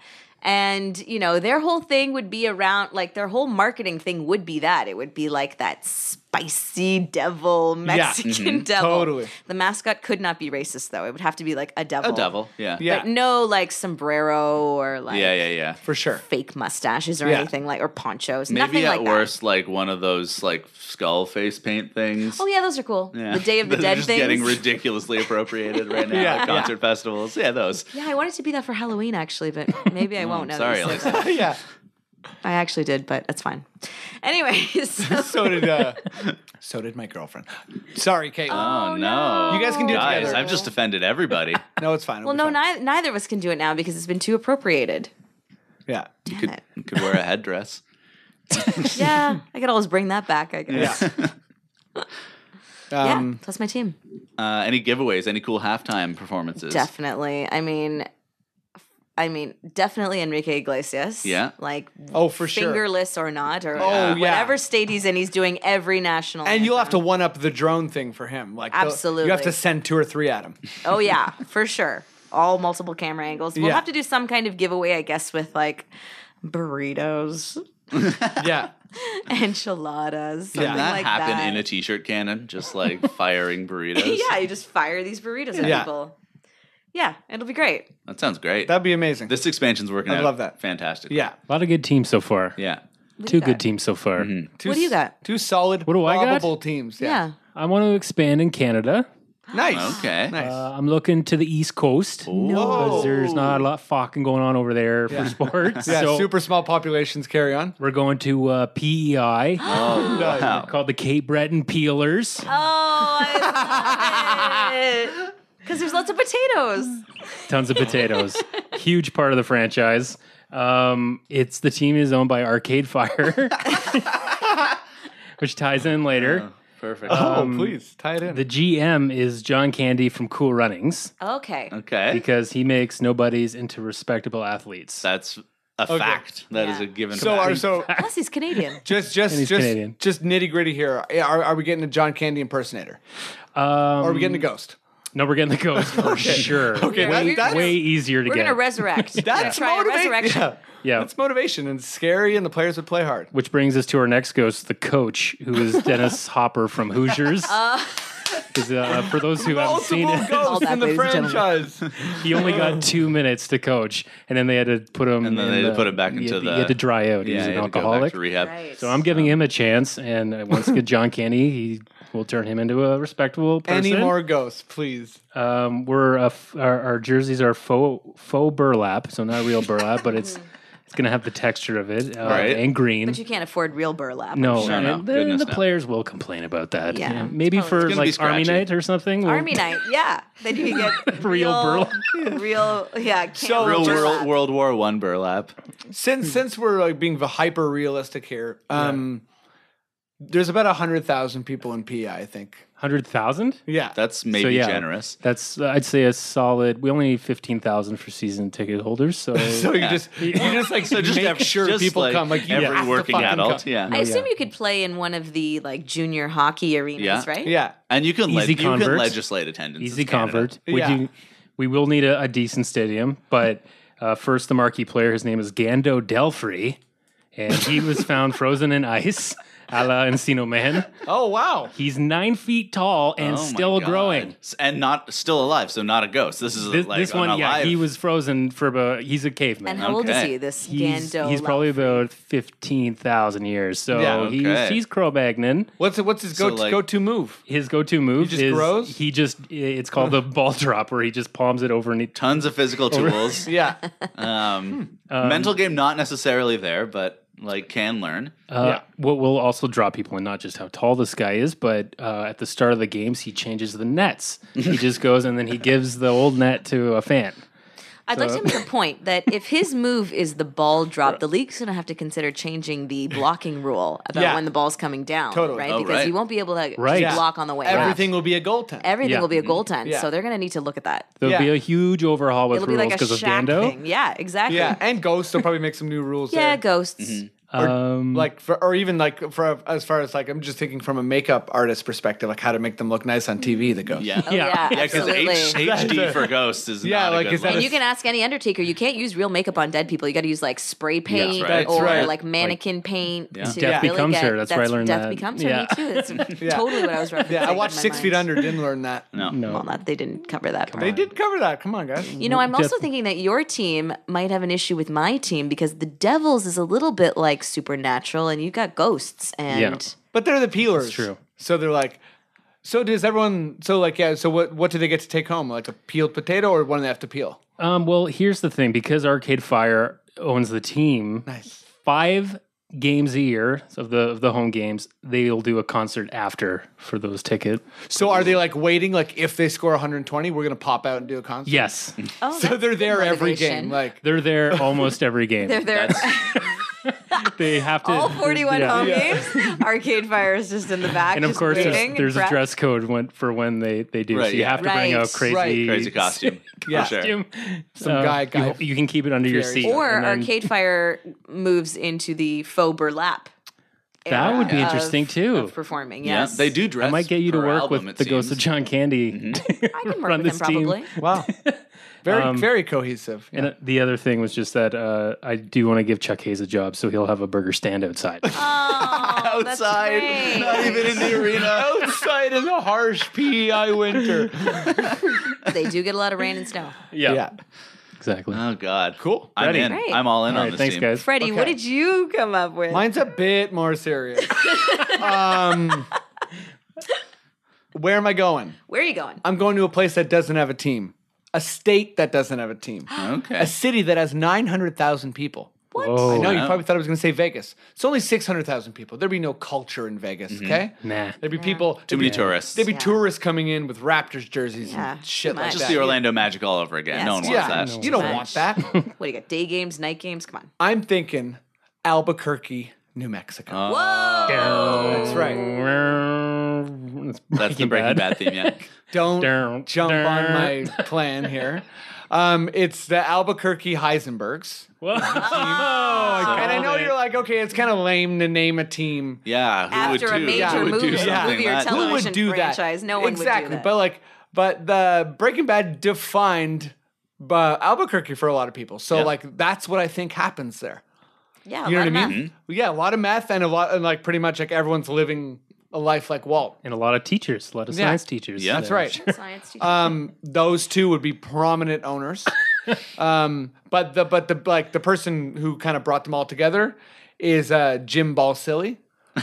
And, you know, their whole thing would be around, like, their whole marketing thing would be that. It would be like that spicy devil Mexican devil.
Mm-hmm. Totally.
The mascot could not be racist though. It would have to be like a devil.
A devil. Yeah.
Yeah.
But no like sombrero or like
Yeah. Yeah. Yeah.
for sure.
fake mustaches or
Yeah.
anything like or ponchos.
Maybe
Nothing
at
like
worst, like one of those like skull face paint things.
that. Oh yeah, those are cool.
Yeah.
The Day of the
They're
Dead
just
things.
getting ridiculously appropriated right now
Yeah.
at concert festivals. Yeah, those.
yeah, I wanted to be that for Halloween actually, but maybe I won't. now that you
Mm, sorry, Alexa.
say that.
yeah.
I actually did, but that's fine. Anyways, so-
So did uh, so did my girlfriend. Sorry, Kate.
Oh, no.
You guys can do it
Guys,
together.
I've just offended everybody.
no, it's fine. It'll
Oh. well,
be
no,
fine.
neither, neither of us can do it now because it's been too appropriated.
Yeah.
Damn
could,
it.
could wear a headdress.
Yeah, I could always bring that back. I
Yeah.
guess. Yeah,
Um,
that's my team.
Uh, any giveaways? Any cool halftime performances?
Definitely. I mean, I mean, definitely Enrique Iglesias.
Yeah.
Like
Oh, for sure.
fingerless or not, or
Oh, yeah.
whatever state he's in, he's doing every national.
And you'll have
anthem.
to one up the drone thing for him. Like they'll- you have
Absolutely.
to send two or three at him.
Oh yeah, for sure. All multiple camera angles. We'll
Yeah.
have to do some kind of giveaway, I guess, with like burritos,
Yeah.
enchiladas, something
Can that
like
happen
that.
in a t-shirt cannon? Just like firing burritos.
yeah, you just fire these burritos at
Yeah.
people. Yeah, it'll be great.
that sounds great.
That'd be amazing.
this expansion's working.
I'd
out
love that.
Fantastic.
yeah.
A lot of good teams so far.
Yeah.
What do
Two
you
good
got?
teams so far.
Two,
What do you
s-
got?
Two solid
What do I got?
probable teams.
Yeah.
Yeah.
I want to expand in Canada.
Nice.
Okay.
Nice.
Uh, I'm looking to the East Coast. Because there's not a lot fucking going on over there for sports.
yeah.
so
super small populations. Carry on.
We're going to uh, PEI
Oh, wow.
called the Cape Breton Peelers.
Oh, I love it. Because there's lots of potatoes.
Tons of potatoes. Huge part of the franchise. Um, it's the team is owned by Arcade Fire, which ties in later.
Perfect.
oh, please tie it in.
The GM is John Candy from Cool Runnings
Okay.
okay.
because he makes nobodies into respectable athletes.
That's a fact. That is
Yeah.
a given
so
fact.
are so
Plus, he's Canadian.
just
And
just
he's
just,
Canadian.
just nitty gritty here. Are, are we getting a John Candy impersonator?
Um,
Or are we getting a ghost?
no, we're getting the ghost for sure.
Okay,
that-
way,
that's-
way easier to
We're
get.
gonna resurrect. We're gonna
That's
try a
motivation.
resurrection.
Yeah.
yeah.
That's motivation and scary, and the players would play hard.
Which brings us to our next ghost, the coach, who is Dennis Hopper from Hoosiers. 'Cause, uh, for those who haven't seen
Multiple
it,
All
ghosts
that,
in the
ladies and gentlemen.
franchise.
he only got two minutes to coach, and then they had to put him.
And then
in
they had to
the-
put him back
he
into
had, to-
the-
He had to dry out.
yeah,
He's an
you had to go back
alcoholic.
to rehab.
Right.
So I'm giving him a chance, and I once get John Candy, he will turn him into a respectable person.
Any more ghosts, please?
Um, we're a f- our, our jerseys are faux faux burlap, so not real burlap, but it's it's gonna have the texture of it uh,
Right.
and green.
But you can't afford real burlap.
No,
No,
and
no,
then
goodness,
the
no.
players will complain about that.
Yeah.
Yeah, maybe
It's
for
gonna be
like Army
scratchy.
Night or something. we'll-
Army night, yeah. Then you can get
Real
real, yeah.
So
camp
Real
burlap.
world, World War One burlap.
Since
Hmm.
since we're like being hyper realistic here, um, there's about hundred thousand people in PI, I think.
hundred thousand.
Yeah,
That's maybe
yeah.
generous.
That's uh, I'd say a solid. We only need fifteen thousand for season ticket holders, so
So you just you just like
So just
make
ev-
sure
just,
people
like,
come like you
every
have to
working
fucking
adult.
come.
Yeah.
I assume you could play in one of the like junior hockey arenas,
Yeah.
right?
yeah.
And you can leg-
Easy
you can
convert.
legislate attendance.
easy
It's Canada.
convert. We
Yeah.
do. We will need a, a decent stadium, but uh, first the marquee player. His name is Gando Delfrey, and he was found frozen in ice, a la Encino Man.
Oh wow.
He's nine feet tall and
Oh my
still
God.
growing.
S- and not still alive. So not a ghost. This is
This,
like
this
an
one, yeah,
alive-
he was frozen for about. He's a caveman.
And how old is
Okay.
he? This
he's,
Gando.
he's probably about 15,000 years. So
Yeah,
he's,
okay.
he's Cro-Magnon.
What's what's his
So,
go to
like-
go to move?
His go-to move
just
is
grows?
he just it's called the ball drop where he just palms it over and he
tons of physical tools.
Yeah.
um, mental game not necessarily there, but like can learn.
Uh, What will also draw people in, not just how tall this guy is, but uh, at the start of the games, he changes the nets. he just goes and then he gives the old net to a fan.
I'd like to make a point that if his move is the ball drop, the league's going to have to consider changing the blocking rule about
Yeah.
when the ball's coming down,
Totally.
right?
Oh,
because
right.
he won't be able to just
Right. Yeah.
block on the way.
Everything
up.
will be a goaltime.
everything
Yeah.
will be a goaltend,
Yeah.
so they're going to need to look at that.
There'll be
Yeah.
a huge overhaul with
It'll be
rules
like a
because of
shack
Gando.
thing. Yeah, exactly.
yeah, and ghosts will probably make some new rules.
Yeah,
there.
ghosts.
Or,
Um,
like for, or even like for as far as like I'm just thinking from a makeup artist perspective, like how to make them look nice on TV. The ghost.
Yeah.
Oh,
Yeah.
yeah,
Yeah, because
absolutely.
HD for ghosts is
Yeah,
not a
like,
good
is that
look.
and you can ask any undertaker. You can't use real makeup on dead people. You got to use like spray paint
right.
or
That's right.
like mannequin paint.
Yeah.
To
Death
really
Becomes
get,
Her, that's where I learned
Death
that.
becomes
Yeah.
her. Me too. That's totally what I was referencing.
Yeah, I
in
watched
my
Six Feet
mind.
Under. Didn't learn that.
No.
Well, not they didn't cover that part.
They did cover that. Come on, guys.
You know, I'm also
Jeff-
thinking that your team might have an issue with my team because the Devils is a little bit like supernatural, and you got ghosts and
But they're the peelers.
true.
So they're like. So does everyone? So like yeah. So what? What do they get to take home? Like a peeled potato, or one they have to peel?
Um, well, here's the thing because Arcade Fire owns the team,
Nice.
five games a year of the of the home games, they'll do a concert after for those tickets.
So are they like waiting? Like if they score 120, we're gonna pop out and do a concert.
Yes,
oh,
So
that's
they're
good
there every
motivation.
game. Like
they're there almost every game.
they're there.
they have to
All 41
yeah.
home games. Arcade Fire is just in the back.
And of
just
course,
waiting
there's,
in
there's a
prep.
dress code when, for when they, they do.
Right,
so you
yeah.
have to bring a
Right.
crazy,
Right.
Crazy costume.
Yeah.
For sure.
costume.
Some guy- guy-
You, you can keep it under your
Fury.
seat.
Or
and then-
Arcade Fire moves into the faux burlap.
That would be
era
interesting,
of-
too.
Of performing,
Yeah,
yes.
they do dress.
I might get you to
per
work
album,
with
it
the ghost of
seems.
John Candy.
Mm-hmm.
I can work
run
with them
this team.
probably.
wow, very
Um,
very cohesive. Yeah.
And uh, the other thing was just that uh, I do want to give Chuck Hayes a job, so he'll have a burger stand outside.
Uh,
Oh, that's
Outside,
great.
not even in the arena.
Outside in the harsh PEI winter.
they do get a lot of rain and snow.
yeah,
Yeah.
exactly.
Oh God.
Cool.
I'm
Ready.
in.
Great.
I'm all in
All
on
right,
this
thanks,
team.
guys.
Freddie, what
Okay.
did you come up with?
Mine's a bit more serious. um, where am I going?
Where are you going?
I'm going to a place that doesn't have a team, a state that doesn't have a team, a
Okay. Oh,
city that has 900,000 people.
What?
Whoa.
I know you
Wow.
probably thought I was going to say Vegas. It's only 600,000 people. There'd be no culture in Vegas, okay?
Nah.
There'd be people.
Mm-hmm. Too many tourists.
There'd be
Yeah.
tourists coming in with Raptors jerseys
Yeah,
and
too
shit like
much.
that.
Just the Orlando Magic all over again.
Yes.
No one wants
yeah,
that.
you don't want that.
What do you got? Day games, night games? Come on.
I'm thinking Albuquerque, New Mexico.
Uh,
Whoa.
That's right. Oh.
That's,
That's the Breaking Bad theme. Yeah.
Don't
Dun,
jump
dun.
on my plan here. Um, it's the Albuquerque Heisenbergs.
oh,
and I know you're like, okay, it's kind of lame to name a team.
Yeah. Who
After
would
a
do,
major
who would
movie,
do
movie
something
or
that-
television
Who would do
franchise.
that?
No one would do
exactly.
that.
But like, but the Breaking Bad defined uh, Albuquerque for a lot of people. So
Yeah.
like, that's what I think happens there.
Yeah,
You
a
know
lot
what I
of
mean?
math.
Yeah, a lot of meth and a lot and like pretty much like everyone's living a life like Walt.
And a lot of teachers, a lot of
Yeah.
science teachers.
Yeah.
That's right.
Science teacher.
Um, those two would be prominent owners. um, but the but the like the person who kind of brought them all together is uh, Jim Balsillie,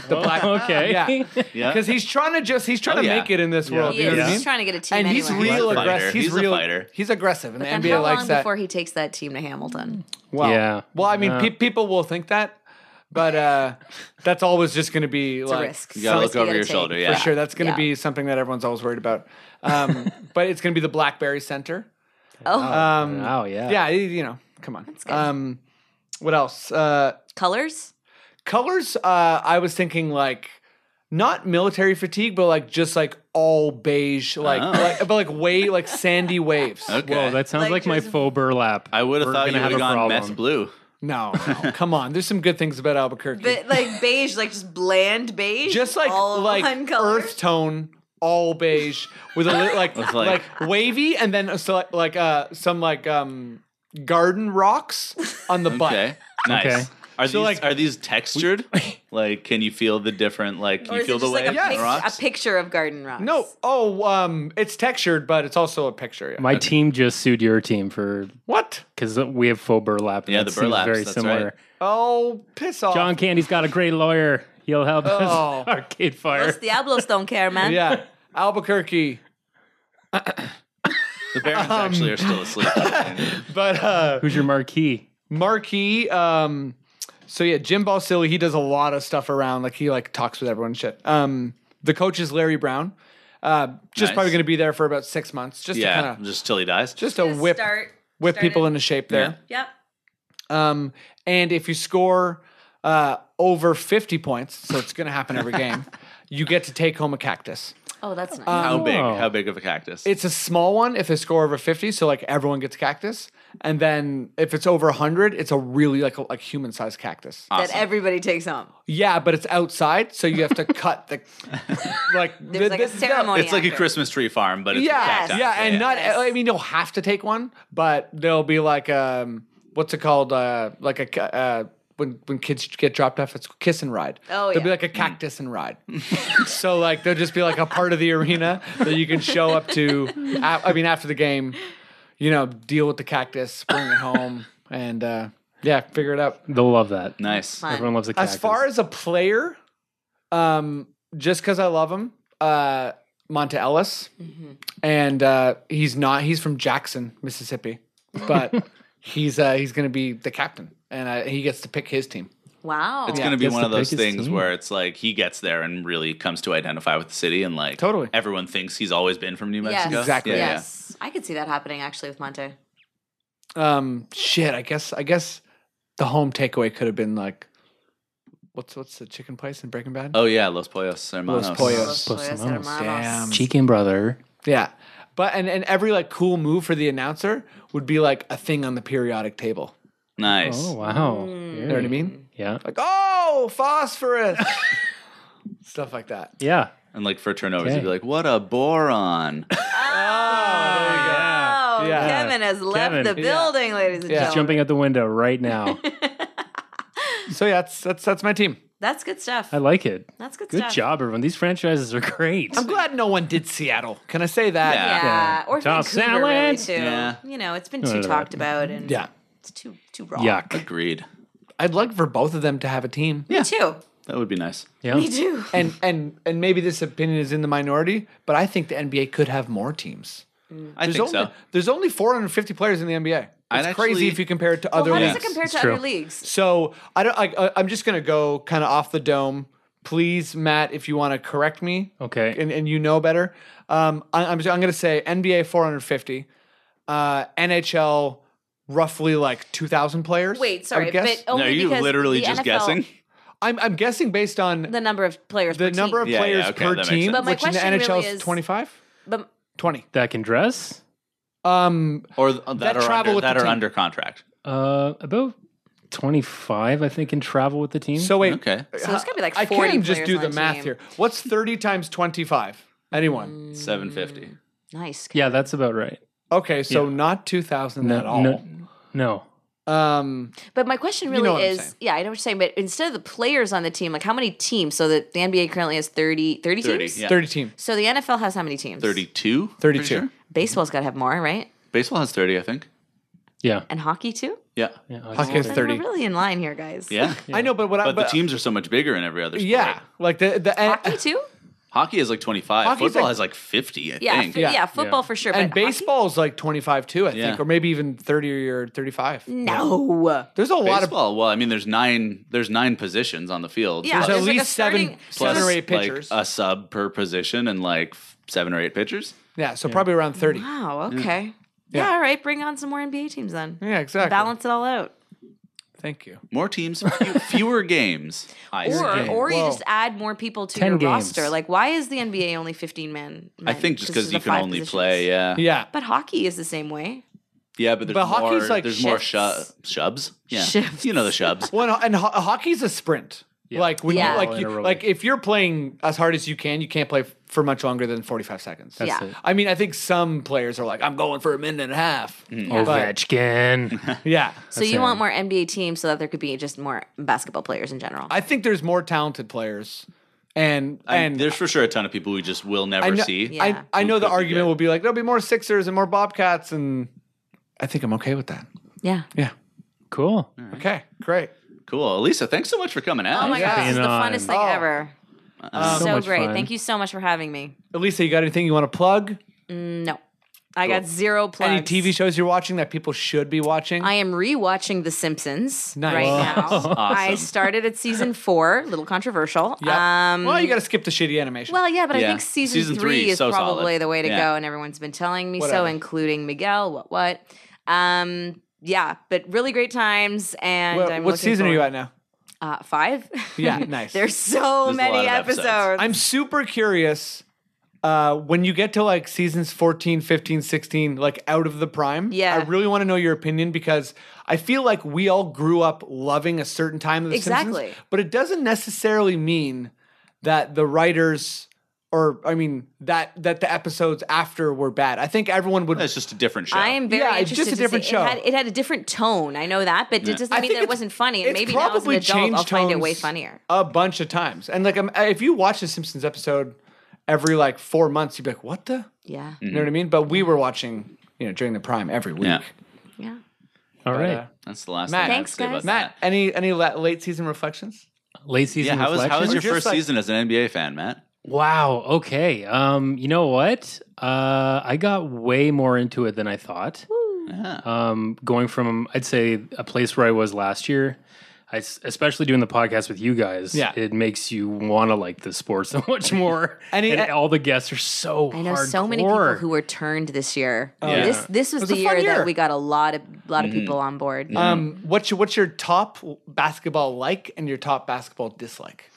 the black.
Okay.
Yeah,
Yeah.
because he's trying to just he's trying
Oh,
to
yeah.
make it in this world.
he
You know
is.
what I
He's
mean?
trying to get a team
And
anyway.
he's real
He's a fighter.
aggressive. He's,
He's a
real.
fighter.
He's aggressive, and the
And
NBA
how
likes
long
that.
before he takes that team to Hamilton?
Well,
Yeah.
Well, I mean, pe- people will think that, but uh, that's always just going to be
It's
like
a risk.
You gotta look
It's a risk you
over
gotta
your
take.
shoulder.
for
Yeah.
sure. That's going to
Yeah.
be something that everyone's always worried about. Um, but it's going to be the BlackBerry Center.
Oh,
Um,
Wow, yeah.
yeah, you you know, come on.
good.
Um, what else? Uh,
colors?
colors. Uh, I was thinking like not military fatigue, but like just like all beige, like,
Oh.
like but like way like sandy waves.
Okay.
Whoa, that sounds
Like
like, my
just-
faux burlap.
I would have
We're
thought
gonna
you would
a
have gone
problem.
meth blue.
No, no, come on. There's some good things about Albuquerque.
But like beige, like just bland beige.
just like
all of
like
one color.
earth tone all beige with a li- like,
With,
like
like-
wavy and then so, like uh some like um garden rocks on the butt
Okay. Nice.
Okay.
Are
So,
these
like-
are these textured? like, can you feel the different? Like,
Or
you
is
feel
it
the
just
way
like a,
the
pic-
rocks?
a picture of garden rocks?
no oh um it's textured but it's also a picture yeah.
My team just sued your team for
what
because we have faux burlap. and
Yeah,
that
the
seems
burlaps,
very
that's
similar.
right.
oh piss off
John Candy's got a great lawyer. He'll help
Oh.
us. Arcade Fire.
Los Diablos don't care, man.
yeah albuquerque
the barons
Um,
actually are still asleep.
but uh
Who's your marquee?
marquee um so yeah jim balsillie he does a lot of stuff around like he like talks with everyone and shit um the coach is larry brown uh just
Nice.
probably gonna be there for about six months just to
yeah,
kind of
just till he dies.
just a whip
Start,
whip
start
people
it.
into shape there.
Yep.
Um, and if you score uh, over fifty points, so it's going to happen every game, you get to take home a cactus.
Oh, that's nice.
How big?
Oh.
How big of a cactus?
It's a small one if they score over 50, so like everyone gets a cactus. And then if it's over 100, it's a really like a, like human sized cactus.
That everybody takes home.
Yeah, but it's outside, so you have to cut the like
There's like a ceremony.
It's like a
after.
Christmas tree farm, but it's a
yeah,
cacti.
yeah, and not.
Yes.
I mean, you'll have to take one, but there'll be like um, what's it called? Uh, like a ca- uh, when when kids get dropped off, it's kiss and ride.
Oh,
there'll be
yeah.
like a cactus and ride. so like there'll just be like a part of the arena that you can show up to. a- I mean, after the game, you know, deal with the cactus, bring it home, and uh, yeah, figure it out.
They'll love that.
nice.
Fun.
Everyone loves a cactus.
As far as a player, um, just because I love him, uh, Monta Ellis, and uh, he's not. He's from Jackson, Mississippi, but he's uh, he's going to be the captain, and uh, he gets to pick his team.
Wow.
It's going to be
Gets
one
to
of those
pick his
things
team.
where it's like he gets there and really comes to identify with the city, and like
Totally.
everyone thinks he's always been from New
yes.
Mexico.
Exactly.
Yeah, yeah.
yes. I could see that happening actually with Monte.
Um, shit, I guess I guess the home takeaway could have been like, what's what's the chicken place in Breaking Bad?
Oh yeah, Los Pollos Hermanos.
Los Pollos.
Los
Oh, Los
Pollos
Hermanos.
Hermanos.
Chicken brother.
Yeah, but and and every like cool move for the announcer would be like a thing on the periodic table.
Nice.
Oh wow.
You know what I mean?
Yeah.
Like, oh, phosphorus. Stuff like that.
Yeah.
And like for turnovers,
Okay.
you'd be like, "What a boron!"
Oh,
Yeah.
Kevin has left
Kevin.
the
Yeah.
building, ladies and
Yeah.
gentlemen.
Jumping out the window right now.
So yeah, that's that's that's my team.
That's good stuff.
I like it.
That's good,
Good
stuff.
job, everyone. These franchises are great.
I'm glad no one did Seattle. Can I say that?
Yeah.
Yeah.
Yeah.
Or
Top
Vancouver really
salad.
too.
Yeah.
You know, it's been
No,
too
no, no.
talked about and
Uh, Yeah.
it's too too raw.
Yuck.
Agreed.
I'd like for both of them to have a team.
Me too.
That would be nice.
Yeah.
Me too.
And and and maybe this opinion is in the minority, but I think the NBA could have more teams.
I
There's
think
only
so.
there's only 450 players in the NBA. It's
I'd
crazy
actually-
if you compare it to
Well,
other
how
leagues.
does it compare to
true.
other leagues?
So I don't. I, I, I'm just gonna go kind of off the dome. Please, Matt, if you want to correct me,
Okay.
and, and you know better. Um, I, I'm I'm gonna say NBA 450, uh, NHL roughly like 2,000 players.
Wait, sorry,
I would
but
guess.
only
Are you
because
literally
the
just
NFL
guessing?
I'm I'm guessing based on the,
the number of players per
number of
team.
Yeah, yeah,
players
okay, that
per
makes
team,
sense. But
my
which in the
question really
NHL
is-
25,
But
20.
That can dress.
Um,
Or th- that,
That
are,
travel
under,
with
that
the
are
team.
under contract.
Uh, about twenty-five, I think, can travel with the team.
so wait,
Okay.
so there's gonna be like
I
forty
can just
players
do
on
the
a
math
team. Mm.
here. What's 30 times 25? Anyone?
750.
Nice.
yeah, that's about right.
Okay, so not 2,000
No,
at all.
no, no.
Um,
But my question
You
really
know what I'm
is,
saying.
yeah, I know what you're saying, but instead of the players on the team, like how many teams? So that the NBA currently has 30, 30
30,
teams.
yeah.
30 team,
So the NFL has how many teams?
32?
32.
Baseball's got to have more, right?
Baseball has 30, I think.
Yeah.
And hockey too.
Yeah. Yeah.
yeah I
Hockey has
guess-
30.
We're really in line here, guys.
I know, but what I
But the teams are so much bigger in every other sport.
Yeah, like the the
Hockey
and,
too.
Hockey is like 25.
Hockey's
Football
like-
has like 50, I
Yeah,
think.
fo- yeah,
Yeah.
football for sure.
and
but hockey?
baseball is like twenty five too, I
Yeah.
think, or maybe even thirty or thirty five.
No.
There's a lot of
Baseball, well, I mean, there's nine there's nine positions on the field.
Yeah.
Plus-
there's at
There's like a
least seven
starting-
plus,
seven or eight
like,
pitchers.
a sub per position and like f- seven or eight pitchers.
yeah, so probably around thirty.
Wow.
Mm.
Okay. Yeah.
Yeah.
All right. Bring on some more NBA teams then.
Yeah, exactly.
Balance it all out.
Thank you.
More teams, few- fewer games. I
Or,
say.
or you
Whoa.
just add more people to
10
your
games.
roster. Like, why is the NBA only 15 men?
I think just because
there's the
you can
five
only
positions.
play, yeah,
Yeah,
But hockey is the same way.
yeah, but there's
But
more.
hockey's like
there's more
shifts.
shu- shubs. Yeah,
Shifts.
you know the shubs.
well, and, and ho- hockey's a sprint. Like when
Yeah.
you
Oh,
All
like you,
anaerobic.
like if you're playing as hard as you can, you can't play f- for much longer than forty five seconds.
Yeah.
it.
I mean, I think some players are like, I'm going for a minute and a half.
Mm-hmm.
But-
Ovechkin.
yeah,
So you want more NBA teams so that there could be just more basketball players in general.
I think there's more talented players, and
And
and
there's for sure a ton of people we just will never
I know,
see.
Yeah.
I, I know the
could be
argument
good.
will be like there'll be more Sixers and more Bobcats, and I think I'm okay with that.
yeah.
Yeah.
cool.
uh,
Okay. Great.
Cool, Elisa. Thanks so much for coming out.
Oh my gosh, this is the
Being
funnest thing
on. Uh,
ever.
so
so
much
great.
fun.
Thank you so much for having me.
Elisa, you got anything you want to plug?
No. I got zero plugs.
Any TV shows you're watching that people should be watching?
I am rewatching The Simpsons
Nice.
right
Whoa.
now. I started at season four, a little controversial.
Yeah.
Um,
well, you got to skip the shitty animation.
well, yeah, but I
Yeah.
think season,
Season
three,
three is
is
so
probably
solid.
the way to
Yeah.
go, and everyone's been telling me so,
Whatever.
including Miguel. What what? Um, yeah, but really great times, and
Wha-
I'm
what
looking
season are you at
forward-
now?
Uh, five.
Yeah, nice.
There's so
There's a lot
many
of
episodes.
episodes.
I'm super curious uh, when you get to like seasons 14, 15, 16, like out of the prime,
Yeah.
I really want to know your opinion because I feel like we all grew up loving a certain time of The Simpsons,
Exactly.
but it doesn't necessarily mean that the writers or I mean that that the episodes after were bad. I think everyone would
It's just a different show.
I am very
Yeah, it's
interested.
just a
to see-
different show.
It had, it had a different tone. I know that, but it doesn't
I
mean
think
that it
it's-
wasn't funny. And
it's
maybe now as an
probably
adult, I'll
changed
find it way
tones
funnier.
A bunch of times, and like I'm, if you watch a Simpsons episode every like four months, you'd be like, "What the?"
Yeah,
Mm.
You know what I mean? But we were watching, you know, during the prime every week.
Yeah.
yeah.
All
But,
right.
uh,
That's the last
Matt.
thing
Thanks,
I'd say about
guys.
Matt, any any la- late season reflections?
Late
that. Yeah,
season
how was, how
reflections?
was your
Just
first
like-
season as an NBA fan, Matt?
Wow. Okay. Um, you know what? Uh, I got way more into it than I thought.
Yeah.
Um, going from I'd say a place where I was last year, I s- especially doing the podcast with you guys.
Yeah.
it makes you want to like the sport so much more.
And
and
it-
all the guests are so.
I know so many people
hardcore.
who were turned this year.
yeah. Mm-hmm.
This this was,
It was
the
a fun
year,
year.
that we got a lot of lot of people on board.
Um, what's your what's your top basketball like and your top basketball dislike?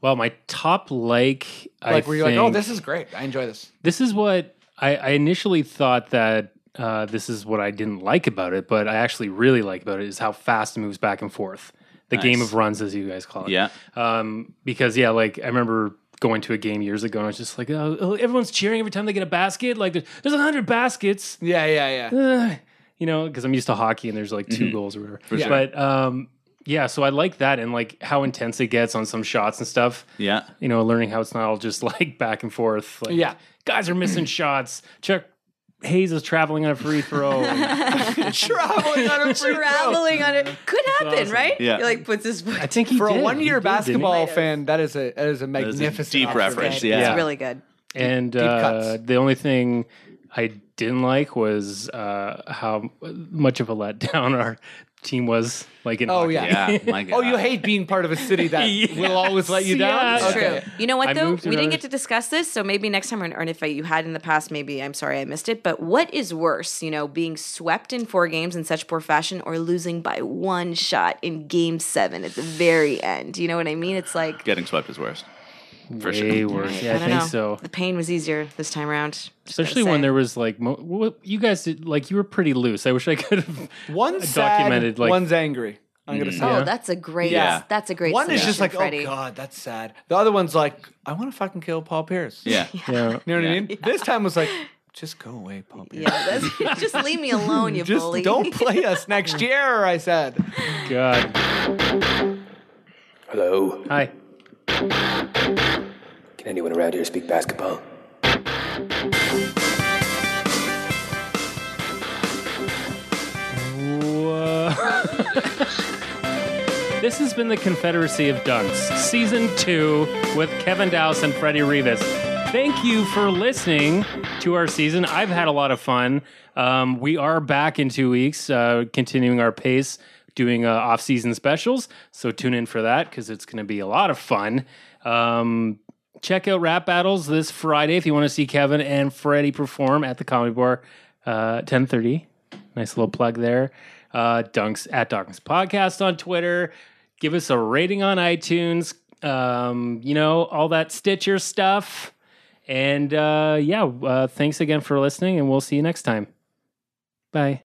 Well, my top like, I
Like, were you like, "Oh,
think-
this is great. I enjoy this."
This is what I, I initially thought that uh, this is what I didn't like about it, but I actually really like about it is how fast it moves back and forth. The game of runs, as you guys call it.
Yeah.
Um, because yeah, like I remember going to a game years ago, and I was just like, oh, oh, everyone's cheering every time they get a basket. Like there's there's hundred baskets.
Yeah, yeah, yeah.
Ugh. you know, because I'm used to hockey, and there's like 2 goals or whatever.
Mm-hmm. sure.
But um, yeah, so I like that, and like how intense it gets on some shots and stuff
Yeah.
you know, learning how it's not all just like back and forth. Like,
Yeah.
guys are missing shots. Chuck Hayes is traveling on a free throw. I
Traveling on a free throw.
Traveling on it could happen,
awesome.
right?
Yeah.
He, like puts his foot.
think he
For
did.
a one year
He did, didn't he?
basketball fan, that is a that is a
is a
magnificent
deep
observation.
reference,
Good.
yeah.
It's really good.
And uh,
cuts.
the only thing I didn't like was uh, how much of a letdown our team was. Like in
Oh
hockey.
yeah.
Yeah. My God.
Oh, you hate being part of a city that
Yes.
will always let you down.
Yeah.
It's
Okay.
true. You know what
I
though?
moved
We didn't
another-
get to discuss this, so maybe next time, or or if you had in the past, maybe I'm sorry I missed it. But what is worse, you know, being swept in four games in such poor fashion, or losing by one shot in Game Seven at the very end? You know what I mean? It's like
Getting swept is worst. For
way
sure.
worse. Yeah, I,
don't
think
know.
so.
The pain was easier this time around,
Especially when there was like mo- what you guys did. Like you were pretty loose. I wish I could have
One's sad,
documented like Mm,
one's angry. I'm gonna say.
Oh,
Yeah.
that's a great.
Yeah.
That's a great.
One is just
solution,
like,
Freddie.
oh god, that's sad. The other one's like, I want to fucking kill Paul Pierce.
Yeah.
yeah.
you know what I mean. This time was like, just go away, Paul Pierce.
Yeah, that's, just leave me alone, you
Just
bully.
don't play us next year. I said.
God.
Hello?
Hi.
Can anyone around here speak basketball?
Whoa. this has been the Confederacy of Dunks, Season 2, with Kevin Dowse and Freddie Rivas. Thank you for listening to our season. I've had a lot of fun. Um, we are back in two weeks, uh, continuing our pace, doing uh, off season specials. So tune in for that because it's going to be a lot of fun. Um, check out Rap Battles this Friday if you want to see Kevin and Freddie perform at the Comedy Bar, uh, ten thirty. Nice little plug there. Uh, Dunks at Dunks Podcast on Twitter. Give us a rating on iTunes. Um, you know all that Stitcher stuff. And uh, yeah, uh, thanks again for listening, and we'll see you next time. Bye.